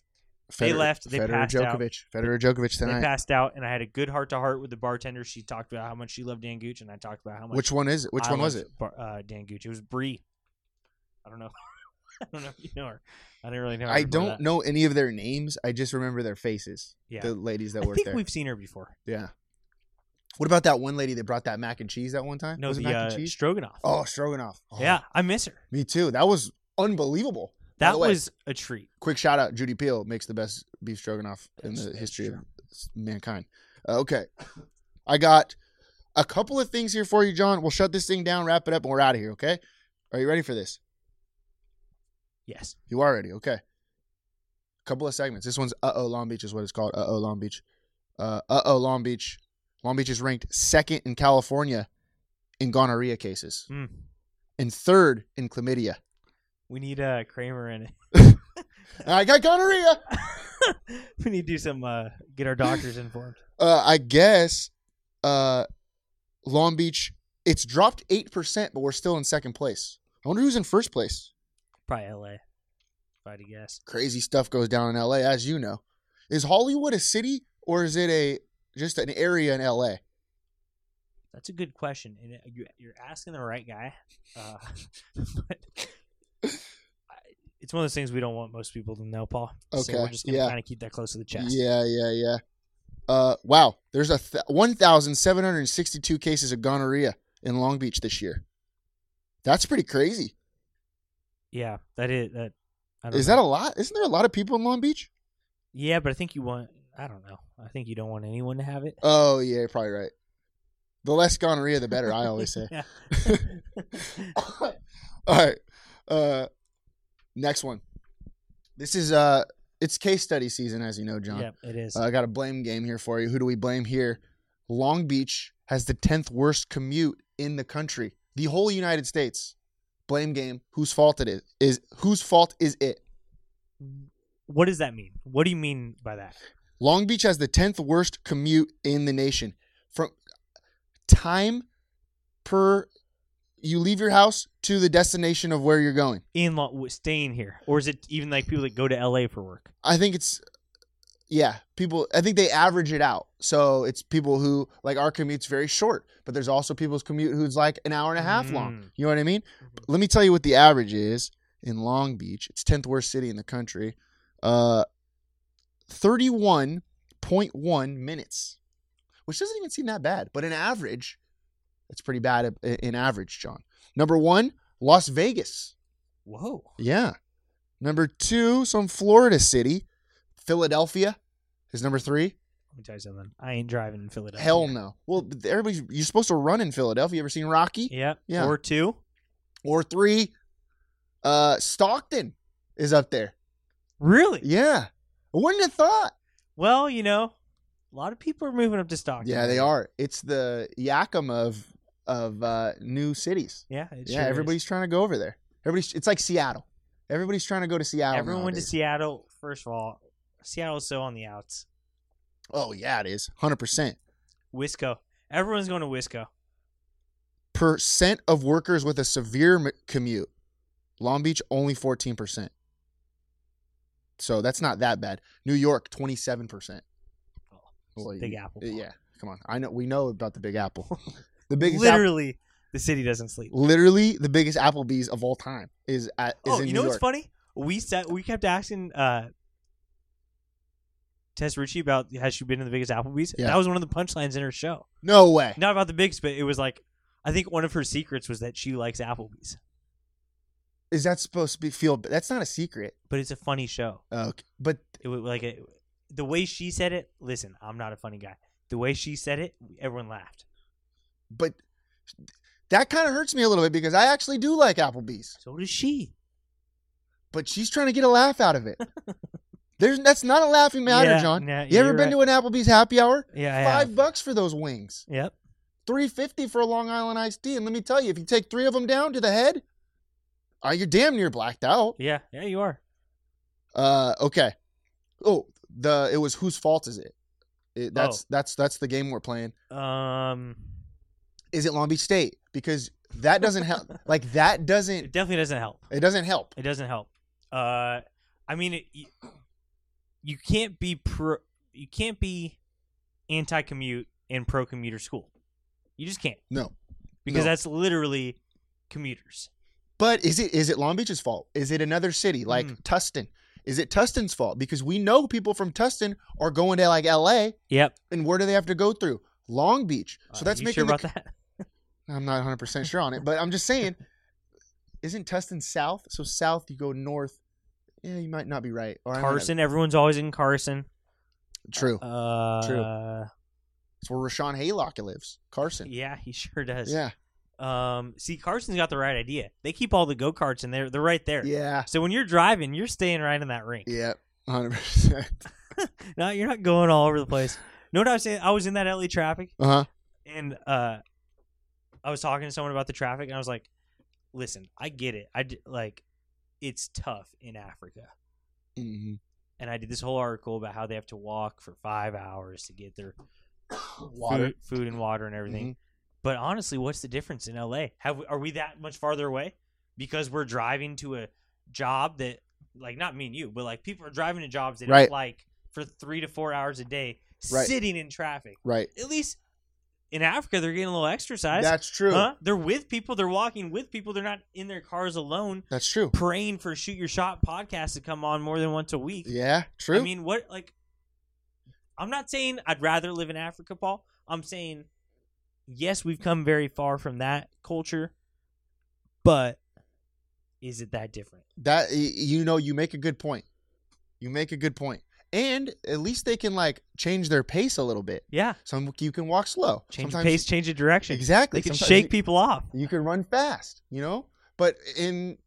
B: They left, they
A: Federer
B: passed out.
A: Djokovic. Federer Djokovic
B: they
A: tonight.
B: passed out, and I had a good heart to heart with the bartender. She talked about how much she loved Dan Gooch, and I talked about how much.
A: Which one is it? Which
B: I
A: one was it?
B: loved Bar- uh, Dan Gooch. It was Bree. I don't know. I don't know if you know her. I didn't really know. Her
A: I
B: before
A: don't
B: that.
A: know any of their names. I just remember their faces.
B: Yeah.
A: The ladies that
B: I
A: worked
B: think
A: there.
B: we've seen her before.
A: Yeah. What about that one lady that brought that mac and cheese that one time?
B: No,
A: was it
B: the
A: mac
B: uh,
A: and cheese?
B: stroganoff.
A: oh, stroganoff. Oh,
B: yeah, I miss her.
A: Me too. That was unbelievable. By
B: That
A: the way,
B: was a treat.
A: quick shout out. Judy Peel makes the best beef stroganoff in
B: That's-
A: the
B: that's
A: history
B: true.
A: of mankind. Uh, okay. I got a couple of things here for you, John. We'll shut this thing down, wrap it up, and we're out of here, okay? Are you ready for this?
B: Yes.
A: You are ready. Okay. couple of segments. This one's Uh Oh Long Beach is what it's called. Uh Oh Long Beach. Uh Oh Long Beach. Long Beach is ranked second in California in gonorrhea cases
B: Mm.
A: and third in chlamydia.
B: We need uh, Kramer in it.
A: I got gonorrhea.
B: we need to do some uh, get our doctors informed.
A: Uh, I guess uh, Long Beach. It's dropped eight percent, but we're still in second place. I wonder who's in first place.
B: Probably LA. If I had to guess.
A: Crazy stuff goes down in L.A. As you know, is Hollywood a city or is it a just an area in L.A.?
B: That's a good question, and it- you, you're asking the right guy. Uh, but I, it's one of those things we don't want most people to know, Paul.
A: Okay,
B: So we're just gonna
A: yeah.
B: kind of keep that close to the chest.
A: Yeah, yeah, yeah. Uh, wow. There's a th- 1,762 cases of gonorrhea in Long Beach this year. That's pretty crazy.
B: Yeah, that is that. I don't
A: Is
B: know.
A: that a lot? Isn't there a lot of people in Long Beach?
B: Yeah, but I think you want. I don't know. I think you don't want anyone to have it.
A: Oh yeah, you're probably right. The less gonorrhea, the better. I always say.
B: Yeah.
A: All right. Uh, next one. This is uh, it's case study season, as you know, John.
B: yeah, it is.
A: Uh, I got a blame game here for you. Who do we blame here? Long Beach has the 10th worst commute in the country. The whole United States. Blame game. Whose fault it is? Is whose fault is it?
B: what does that mean? What do you mean by that?
A: Long Beach has the 10th worst commute in the nation. From time per you leave your house to the destination of where you're going.
B: In law, staying here, or is it even like people that go to LA for work?
A: I think it's yeah, people I think they average it out. So it's people who like our commute's very short, but there's also people's commute who's like an hour and a half long.
B: Mm.
A: You know what I mean? Let me tell you what the average is in Long Beach. It's 10th worst city in the country. Uh 31.1 minutes, which doesn't even seem that bad, but in average, it's pretty bad i- in average, John. Number 1, Las Vegas.
B: Whoa.
A: Yeah. Number two, some Florida city. Philadelphia is number three.
B: Let me tell you something. I ain't driving in Philadelphia.
A: Hell no. Well, but everybody's you're supposed to run in Philadelphia. You ever seen Rocky?
B: Yeah.
A: Yeah.
B: Or two.
A: Or three, uh, Stockton is up there.
B: Really?
A: Yeah. I wouldn't have thought.
B: Well, you know, a lot of people are moving up to Stockton.
A: Yeah, they are. It's the Yakima of of uh, new cities.
B: Yeah. It
A: yeah,
B: sure
A: everybody's
B: is.
A: trying to go over there. Everybody's it's like Seattle. Everybody's trying to go to Seattle.
B: Everyone went to
A: nowadays.
B: Seattle. First of all, Seattle's so on the outs.
A: Oh yeah, it is. Hundred percent.
B: Wisco. Everyone's going to Wisco.
A: percent of workers with a severe m- commute. Long Beach only 14%. So that's not that bad. New York 27%. Well,
B: Oh, Big
A: you- uh,
B: Apple.
A: Yeah, come on. I know we know about the Big Apple. The biggest Literally,
B: Literally, the city doesn't sleep.
A: Literally the biggest Applebee's of all time is at is
B: oh,
A: in
B: you
A: New
B: know what's
A: York.
B: funny? We sat, we kept asking uh, Tess Ritchie about has she been to the biggest Applebee's.
A: Yeah.
B: That was one of the punchlines in her show.
A: No way.
B: Not about the biggest, but it was like I think one of her secrets was that she likes Applebee's,
A: Is that supposed to be feel? That's not a secret.
B: but it's a funny show.
A: Okay, but
B: It was like a, the way she said it. Listen, I'm not a funny guy. The way she said it, everyone laughed.
A: but that kind of hurts me a little bit because I actually do like Applebee's,
B: So does she.
A: but she's trying to get a laugh out of it. There's that's not a laughing matter,
B: Yeah,
A: John.
B: yeah,
A: you ever
B: you're
A: been to an Applebee's happy hour?
B: Yeah, I
A: Five
B: have.
A: bucks for those wings.
B: Yep.
A: Three fifty for a Long Island iced tea. And let me tell you, if you take three of them down to the head, uh, you're damn near blacked out.
B: Yeah. Yeah, you are.
A: Uh, okay. Oh, the it was whose fault is it?
B: Oh.
A: It- that's that's that's the game we're playing.
B: Um,
A: Is it Long Beach State? Because that doesn't help. like that
B: it
A: doesn't
B: definitely doesn't help.
A: it doesn't help.
B: It doesn't help. Uh, I mean, it, you, you can't be pro. You can't be anti-commute and pro-commuter school. You just can't
A: No.
B: because
A: No.
B: that's literally commuters.
A: But is it is it Long Beach's fault? Is it another city like
B: Mm.
A: Tustin? Is it Tustin's fault? Because we know people from Tustin are going to like L.A.
B: Yep.
A: and where do they have to go through? Long Beach. So
B: Uh,
A: that's
B: you
A: making
B: sure
A: the
B: about that.
A: I'm not 100 percent sure on it, but I'm just saying, isn't Tustin south? So south, you go north. Yeah, you might not be right. Or I might not-
B: Carson. Everyone's always in Carson.
A: True.
B: Uh,
A: It's where Rashawn Haylock lives. Carson.
B: Yeah, he sure does.
A: Yeah.
B: Um, see, Carson's got the right idea. They keep all the go karts and they're they're right there.
A: Yeah.
B: So when you're driving, you're staying right in that ring.
A: Yeah. 100%.
B: No, you're not going all over the place. No, what I was saying? I was in that LA traffic
A: Uh huh.
B: and uh, I was talking to someone about the traffic and I was like, "Listen, I get it. I d- like, it's tough in Africa."
A: hmm
B: And I did this whole article about how they have to walk for five hours to get their
A: Water.
B: food, food and water and everything.
A: Mm-hmm.
B: But honestly, what's the difference in LA? Have we, are we that much farther away because we're driving to a job that like not me and you, but like people are driving to jobs that
A: Right.
B: don't like for 3 to 4 hours a day
A: Right.
B: sitting in traffic.
A: Right.
B: At least in Africa they're getting a little exercise.
A: That's true.
B: Huh? They're with people, they're walking with people, they're not in their cars alone
A: That's true.
B: praying for shoot your shot podcast to come on more than once a week.
A: Yeah. True.
B: I mean, what like I'm not saying I'd rather live in Africa, Paul. I'm saying yes, we've come very far from that culture, but is it that different?
A: that y- you know, you make a good point. You make a good point. And at least they can like change their pace a little bit.
B: Yeah.
A: Some you can walk slow.
B: Change the
A: Sometimes-
B: pace, change the direction.
A: Exactly.
B: They can
A: Sometimes
B: shake
A: you-
B: people off.
A: You can run fast. You know. But in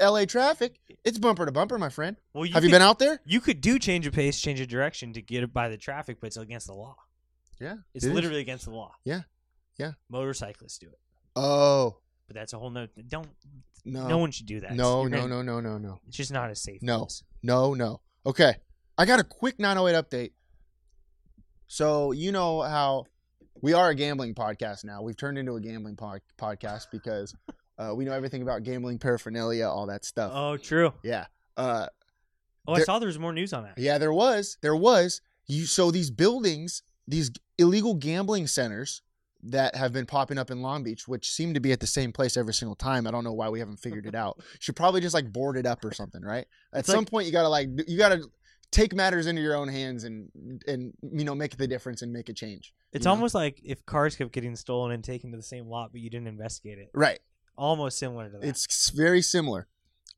A: L.A. traffic, it's bumper to bumper, my friend.
B: Well, you
A: Have
B: could,
A: you been out there?
B: You could do change of pace, change of direction to get by the traffic, but it's against the law.
A: Yeah.
B: It's
A: it is.
B: literally against the law.
A: Yeah. Yeah.
B: Motorcyclists do it,
A: Oh
B: but that's a whole no. Don't.
A: no.
B: No, one should do that.
A: Oh. No.
B: You're
A: No.
B: gonna-
A: No. No. No. No.
B: It's just not as safe.
A: No. No, no. Okay. I got a quick 908 update. So, you know how we are a gambling podcast now. We've turned into a gambling pod- podcast because uh, we know everything about gambling paraphernalia, all that stuff.
B: Oh, true.
A: Yeah. Uh,
B: Oh, I
A: There-
B: saw there was more news on that.
A: yeah, there was. There was. You so these buildings, these illegal gambling centers that have been popping up in Long Beach, which seem to be at the same place every single time. I don't know why we haven't figured it out. Should probably just like board it up or something, right? At
B: It's
A: some
B: like-
A: point you gotta like you gotta take matters into your own hands and and you know make the difference and make a change.
B: It's
A: you know?
B: almost like if cars kept getting stolen and taken to the same lot, but you didn't investigate it.
A: right.
B: Almost similar to that.
A: It's s- very similar.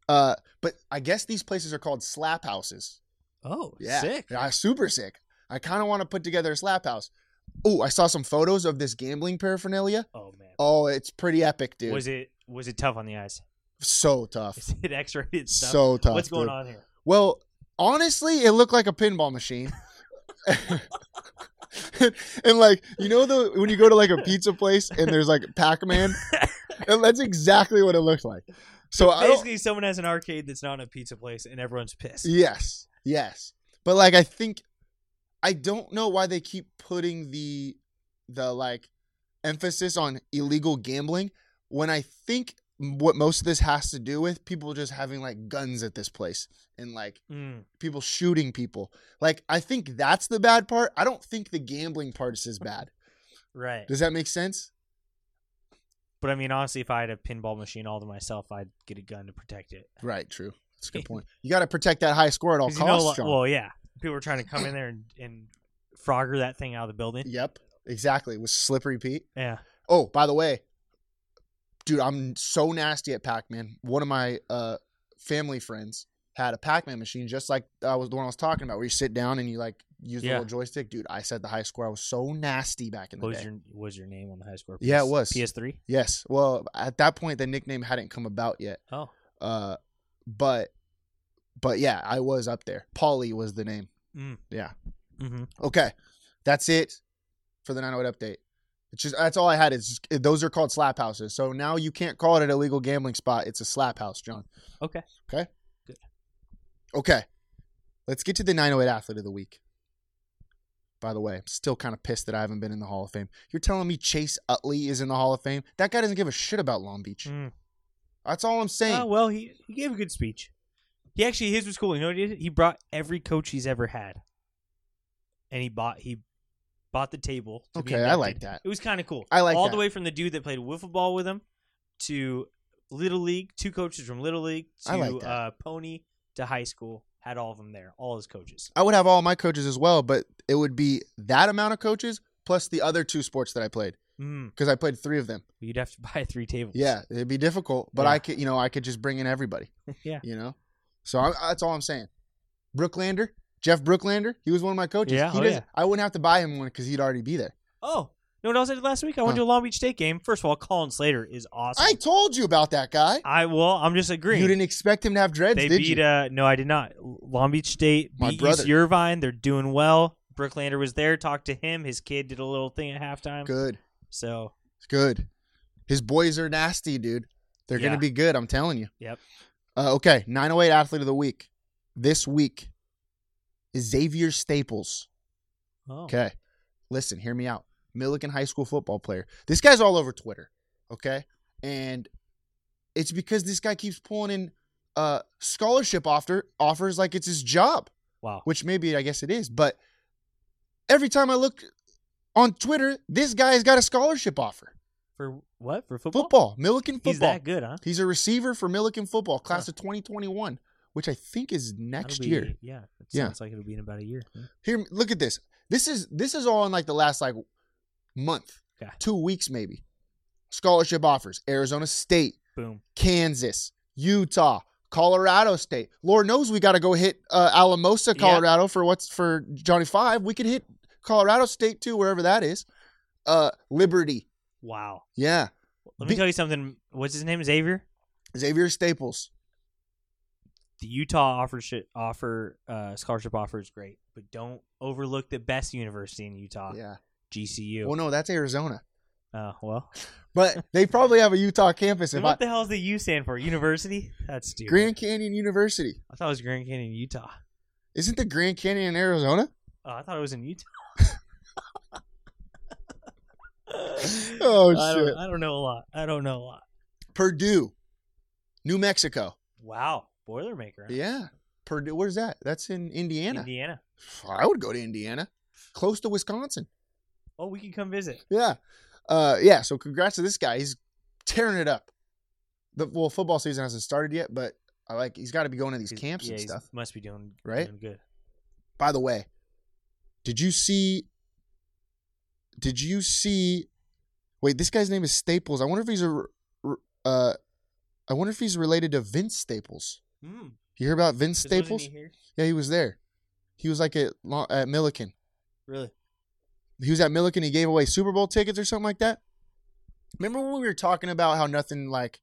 A: Uh, but I guess these places are called slap houses.
B: oh,
A: Yeah.
B: sick.
A: Yeah, super sick. I kind of want to put together a slap house. Oh, I saw some photos of this gambling paraphernalia.
B: Oh man,
A: Oh, it's pretty epic, dude.
B: was it was it tough on the eyes?
A: so tough.
B: Is it X-rated stuff?
A: So tough.
B: What's going
A: dude.
B: on here?
A: Well, honestly, it looked like a pinball machine. and like you know the when you go to like a pizza place and there's like Pac-Man, and that's exactly what it looked like. So I don't,
B: Basically, someone has an arcade that's not a pizza place, and everyone's pissed.
A: Yes, yes. But like I think I don't know why they keep putting the the like emphasis on illegal gambling when I think m- what most of this has to do with people just having like guns at this place and like
B: Mm.
A: people shooting people. Like I think that's the bad part. I don't think the gambling part is as bad.
B: Right.
A: Does that make sense?
B: But I mean, honestly, if I had a pinball machine all to myself, I'd get a gun to protect it.
A: Right, true. That's a good point. You got to protect that high score at all
B: 'Cause you know,
A: costs,
B: like-
A: Oh, John.
B: well, yeah, people are trying to come in there and, and frogger that thing out of the building.
A: yep. Exactly. With slippery Pete.
B: Yeah.
A: Oh, by the way, dude, I'm so nasty at Pac-Man. One of my uh, family friends had a Pac-Man machine, just like I was the one I was talking about, where you sit down and you like use the
B: Yeah.
A: little joystick. Dude, I said the high score. I was so nasty back in the
B: What was
A: day.
B: your what was your name on the high score?
A: Yeah, it
B: PS-
A: was.
B: PS3.
A: Yes. Well, at that point, the nickname hadn't come about yet.
B: Oh,
A: Uh, but, but yeah, I was up there. Polly was the name.
B: Mm.
A: Yeah.
B: mm-hmm.
A: Okay, that's it for the 908 update. It's just that's all I had. Is just- those are called slap houses. So now you can't call it an illegal gambling spot. It's a slap house, John.
B: Okay.
A: Okay.
B: Good.
A: Okay. Let's get to the 908 athlete of the week. By the way, I'm still kind of pissed that I haven't been in the Hall of Fame. You're telling me Chase Utley is in the Hall of Fame? That guy doesn't give a shit about Long Beach.
B: Mm.
A: That's all I'm saying.
B: Oh, well, he, he gave a good speech. He actually his was cool. You know what he did? He brought every coach he's ever had, and he bought he bought the table. to be
A: Okay, I like
B: inducted.
A: that.
B: It was kind of cool.
A: I like
B: all
A: that.
B: the way from the dude that played wiffle ball with him to little league, two coaches from little league to
A: I like that.
B: uh, pony to high school. Had all of them there, all his coaches.
A: I would have all my coaches as well, but it would be that amount of coaches plus the other two sports that I played
B: Mm,
A: because I played three of them.
B: you'd have to buy three tables.
A: Yeah, it'd be difficult, but I
B: Yeah.
A: could, you know, I could just bring in everybody,
B: yeah.
A: you know. So I, that's all I'm saying. Brooklander, Jeff Brooklander, he was one of my coaches.
B: Yeah,
A: he
B: oh
A: doesn't-
B: yeah.
A: I wouldn't have to buy him one because he'd already be there.
B: Oh, you know what else I did last week? I went
A: Huh.
B: to a Long Beach State game. First of all, Colin Slater is awesome.
A: I told you about that guy.
B: I well, I'm just agreeing.
A: You didn't expect him to have dreads,
B: They
A: did
B: beat
A: you?
B: uh no, I did not. Long Beach State
A: My
B: beat
A: brother.
B: East Irvine. They're doing well. Brooklander was there. Talked to him. His kid did a little thing at halftime.
A: Good,
B: So
A: good. His boys are nasty, dude. They're
B: Yeah.
A: gonna be good. I'm telling you.
B: Yep.
A: Uh, okay, 908 athlete of the week this week is Xavier Staples.
B: oh.
A: Okay. Listen, hear me out. Milliken high school football player. This guy's all over Twitter. Okay. And it's because this guy keeps pulling in uh scholarship offer offers like it's his job,
B: wow.
A: which maybe I guess it is, but every time I look on Twitter, this guy's got a scholarship offer.
B: For what? For football?
A: Football. Milliken football.
B: He's that good, huh?
A: He's a receiver for Milliken football, class of 2021, which I think is next
B: That'll be-
A: year.
B: Yeah. It
A: Yeah.
B: sounds like it'll be in about a year. Hmm.
A: Here, look at this. This is this is all in like the last like month,
B: Okay.
A: two weeks maybe. Scholarship offers: Arizona State,
B: Boom.
A: Kansas, Utah, Colorado State. Lord knows we got to go hit uh, Alamosa,
B: Yeah.
A: Colorado for what's for Johnny Five. We could hit Colorado State too, wherever that is. Uh, Liberty,
B: Wow.
A: yeah.
B: Let me
A: Big-
B: tell you something. What's his name? Xavier.
A: Xavier Staples.
B: The Utah offer shit offer uh, scholarship offer is great, but don't overlook the best university in Utah,
A: Yeah.
B: GCU.
A: Well, no, that's Arizona,
B: uh, well,
A: but they probably have a Utah campus.
B: then
A: If
B: what
A: I,
B: the hell is the U stand for? University? That's stupid.
A: Grand Canyon University
B: I thought it was Grand Canyon, Utah.
A: isn't the Grand Canyon in Arizona?
B: Oh, I thought it was in Utah.
A: Oh
B: I
A: shit.
B: don't, I don't know a lot. I don't know a lot.
A: Purdue, New Mexico.
B: Wow, Boilermaker. huh?
A: Yeah. Purdue, where's that? That's in Indiana.
B: Indiana.
A: I would go to Indiana, close to Wisconsin.
B: Oh, we can come visit.
A: Yeah. Uh, yeah. So congrats to this guy. He's tearing it up. The well, football season hasn't started yet, but I like he's got to be going to these
B: He's-
A: camps
B: yeah,
A: and
B: he's-
A: stuff.
B: Must be doing
A: Right?
B: doing good.
A: By the way, did you see? Did you see? Wait, this guy's name is Staples. I wonder if he's a. r- r- Uh, I wonder if he's related to Vince Staples.
B: Mm.
A: You hear about Vince
B: 'Cause wasn't
A: Staples?
B: he here?
A: Yeah, he was there. He was like at Lo- at Milliken.
B: Really?
A: He was at Milliken. He gave away Super Bowl tickets or something like that. Remember when we were talking about how nothing like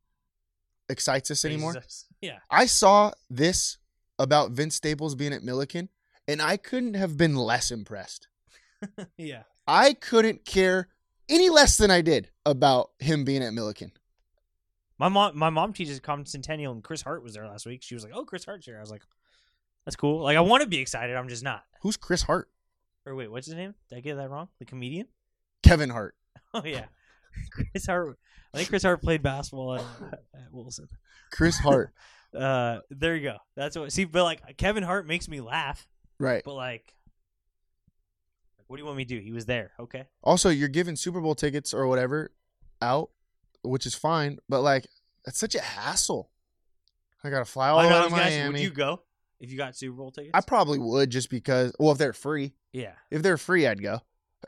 A: excites us anymore?
B: Jesus. Yeah.
A: I saw this about Vince Staples being at Milliken, and I couldn't have been less impressed.
B: Yeah.
A: I couldn't care any less than I did about him being at Milliken.
B: My mom, my mom teaches Compton Centennial, and Chris Hart was there last week. She was like, "Oh, Chris Hart's here." I was like, "That's cool." Like, I want to be excited. I'm just not.
A: Who's Chris Hart?
B: Or wait, what's his name? Did I get that wrong? The comedian?
A: Kevin Hart.
B: Oh yeah, Chris Hart. I think Chris Hart played basketball at, at Wilson.
A: Chris Hart.
B: Uh, there you go. That's what. See, but like Kevin Hart makes me laugh,
A: right.
B: but like, what do you want me to do? He was there. Okay.
A: Also, you're giving Super Bowl tickets or whatever out, which is fine, but like that's such a hassle. I gotta fly all
B: I
A: the
B: know,
A: way
B: I
A: to
B: was gonna ask you, would
A: Oh, Miami.
B: you go if you got Super Bowl tickets?
A: I probably would just because. Well, if they're free,
B: yeah.
A: if they're free, I'd go.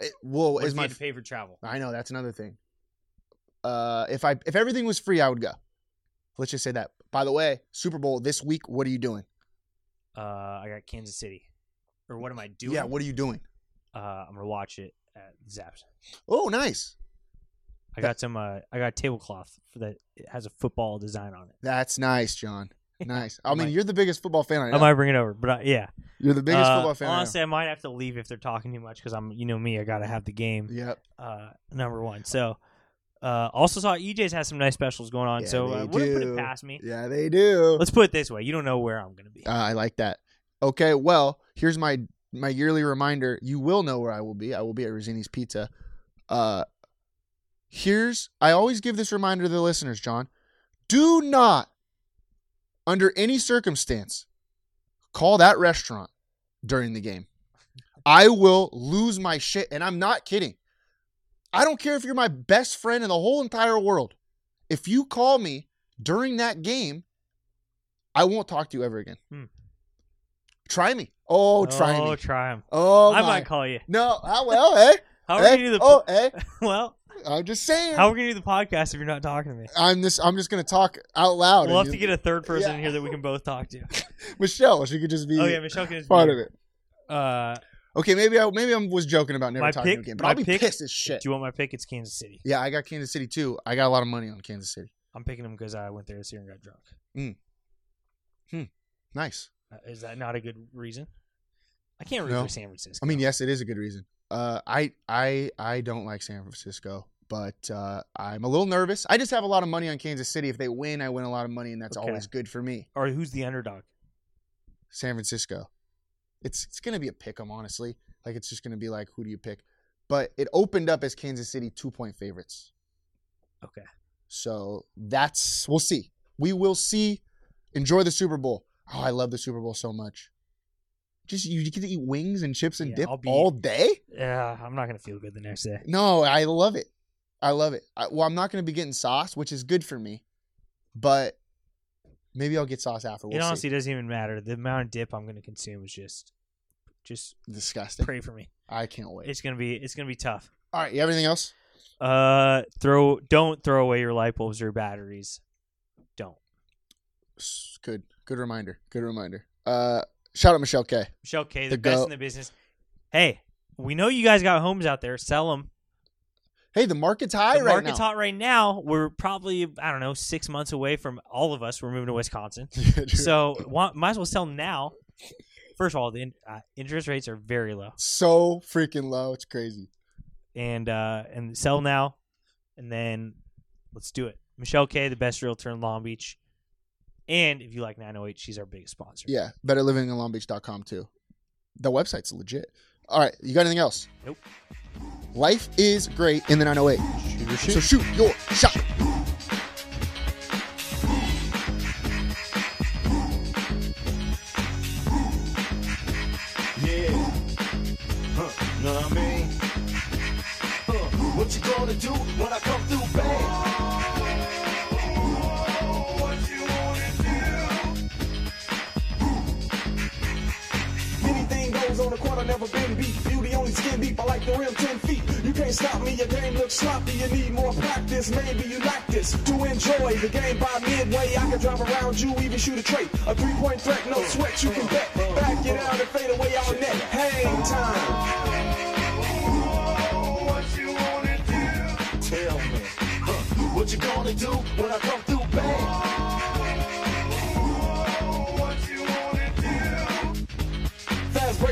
A: It, well,
B: What
A: is
B: if you
A: my
B: had to pay for travel?
A: I know that's another thing. Uh, if I if everything was free, I would go. Let's just say that. By the way, Super Bowl this week. What are you doing?
B: Uh, I got Kansas City. Or what am I doing?
A: Yeah, what are you doing?
B: uh, I'm gonna watch it at Zapped.
A: Oh, nice.
B: I got some. Uh, I got a tablecloth for that it has a football design on it.
A: That's nice, John. Nice. I mean,
B: Might-
A: you're the biggest football fan I know.
B: I might bring it over, but I, yeah,
A: You're the biggest
B: Uh,
A: football fan.
B: Honestly, I might have to leave if they're talking too much because I'm, you know me, I gotta have the
A: I
B: game.
A: know. Yep.
B: Uh, number one. So, uh, also saw EJ's has some nice specials going on.
A: Yeah,
B: so uh,
A: they
B: wouldn't put it
A: do.
B: past me.
A: Yeah, they do.
B: Let's put it this way: you don't know where I'm gonna be.
A: Uh, I like that. Okay, well, here's my my yearly reminder. You will know where I will be. I will be at Rosini's Pizza. Uh here's I always give this reminder to the listeners, John. Do not under any circumstance call that restaurant during the game. I will lose my shit and I'm not kidding. I don't care if you're my best friend in the whole entire world. If you call me during that game, I won't talk to you ever again.
B: Hmm.
A: Try me. Oh, try
B: oh,
A: me.
B: try 'em.
A: Oh,
B: I
A: my.
B: might call you.
A: No, how well, eh?
B: How are
A: Eh?
B: we gonna do the
A: oh, eh?
B: well?
A: I'm just saying.
B: How are we gonna do the podcast if you're not talking to me?
A: I'm just. I'm just gonna talk out loud.
B: We'll
A: and
B: have to
A: you-
B: get a third person in
A: Yeah.
B: here that we can both talk to.
A: Michelle. She could just be
B: Oh yeah, Michelle can. just
A: part
B: be-
A: of it.
B: Uh,
A: Okay, maybe I maybe I was joking about never
B: My
A: talking
B: pick-
A: again, but
B: my
A: I'll be
B: pick-
A: pissed as shit.
B: do you want my pick? It's Kansas City.
A: Yeah, I got Kansas City too. I got a lot of money on Kansas City.
B: I'm picking them because I went there this year and got drunk.
A: Nice.
B: Uh, is that not a good reason? I can't root
A: No.
B: for San
A: I
B: Francisco.
A: mean, yes, it is a good reason. Uh, I I I don't like San Francisco, but uh, I'm a little nervous. I just have a lot of money on Kansas City. If they win, I win a lot of money, and that's
B: Okay.
A: always good for me.
B: Or who's the underdog?
A: San Francisco. It's it's gonna be a pick 'em, honestly. Like it's just gonna be like, who do you pick? But it opened up as Kansas City two point favorites.
B: Okay.
A: So that's we'll see. We will see. Enjoy the Super Bowl. Oh, I love the Super Bowl so much. Just you get to eat wings and chips and
B: Yeah, I'll
A: dip
B: be-
A: all day.
B: Yeah, Uh, I'm not gonna feel good the next day.
A: No, I love it. I love it. I, well, I'm not gonna be getting sauce, which is good for me, but maybe I'll get sauce after. We'll
B: it
A: see.
B: honestly doesn't even matter. The amount of dip I'm gonna consume is just, just
A: disgusting.
B: pray for me.
A: I can't wait.
B: It's gonna be, it's gonna be tough.
A: all right, you have anything else?
B: Uh, throw, don't throw away your light bulbs or batteries. Don't.
A: S- good good reminder good reminder uh shout out michelle k
B: Michelle K, the,
A: The
B: best
A: goat.
B: in the business. Hey, we know you guys got homes out there. Sell them.
A: hey the market's high
B: the
A: right
B: market's
A: now
B: hot right now. We're probably I don't know six months away from all of us. We're moving to Wisconsin, so wa- might as well sell now. First of all, the in, uh, interest rates are very low,
A: so freaking low it's crazy
B: and uh, and sell now, and then let's do it. Michelle K, the best realtor in Long Beach, and if you like 908, she's our biggest sponsor.
A: yeah betterlivinginlongbeach.com too the website's legit all right you got anything else
B: Nope.
A: life is great in the 908 so shoot your shot
F: Yeah. Huh. Know what I mean? Huh. What you gonna do when I come through, bang?
G: Anything goes on the court, I never been beat. Beauty only skin deep, I like the rim 10 feet. You can't stop me, your game looks sloppy. You need more practice, maybe you like this. To enjoy the game by midway, I can drive around you, even shoot a trait. A three point threat, no sweat, you can bet. Back it out and fade away out net. Hang time.
F: Tell me. Huh. What you gonna do when I come through, bang?
G: Fast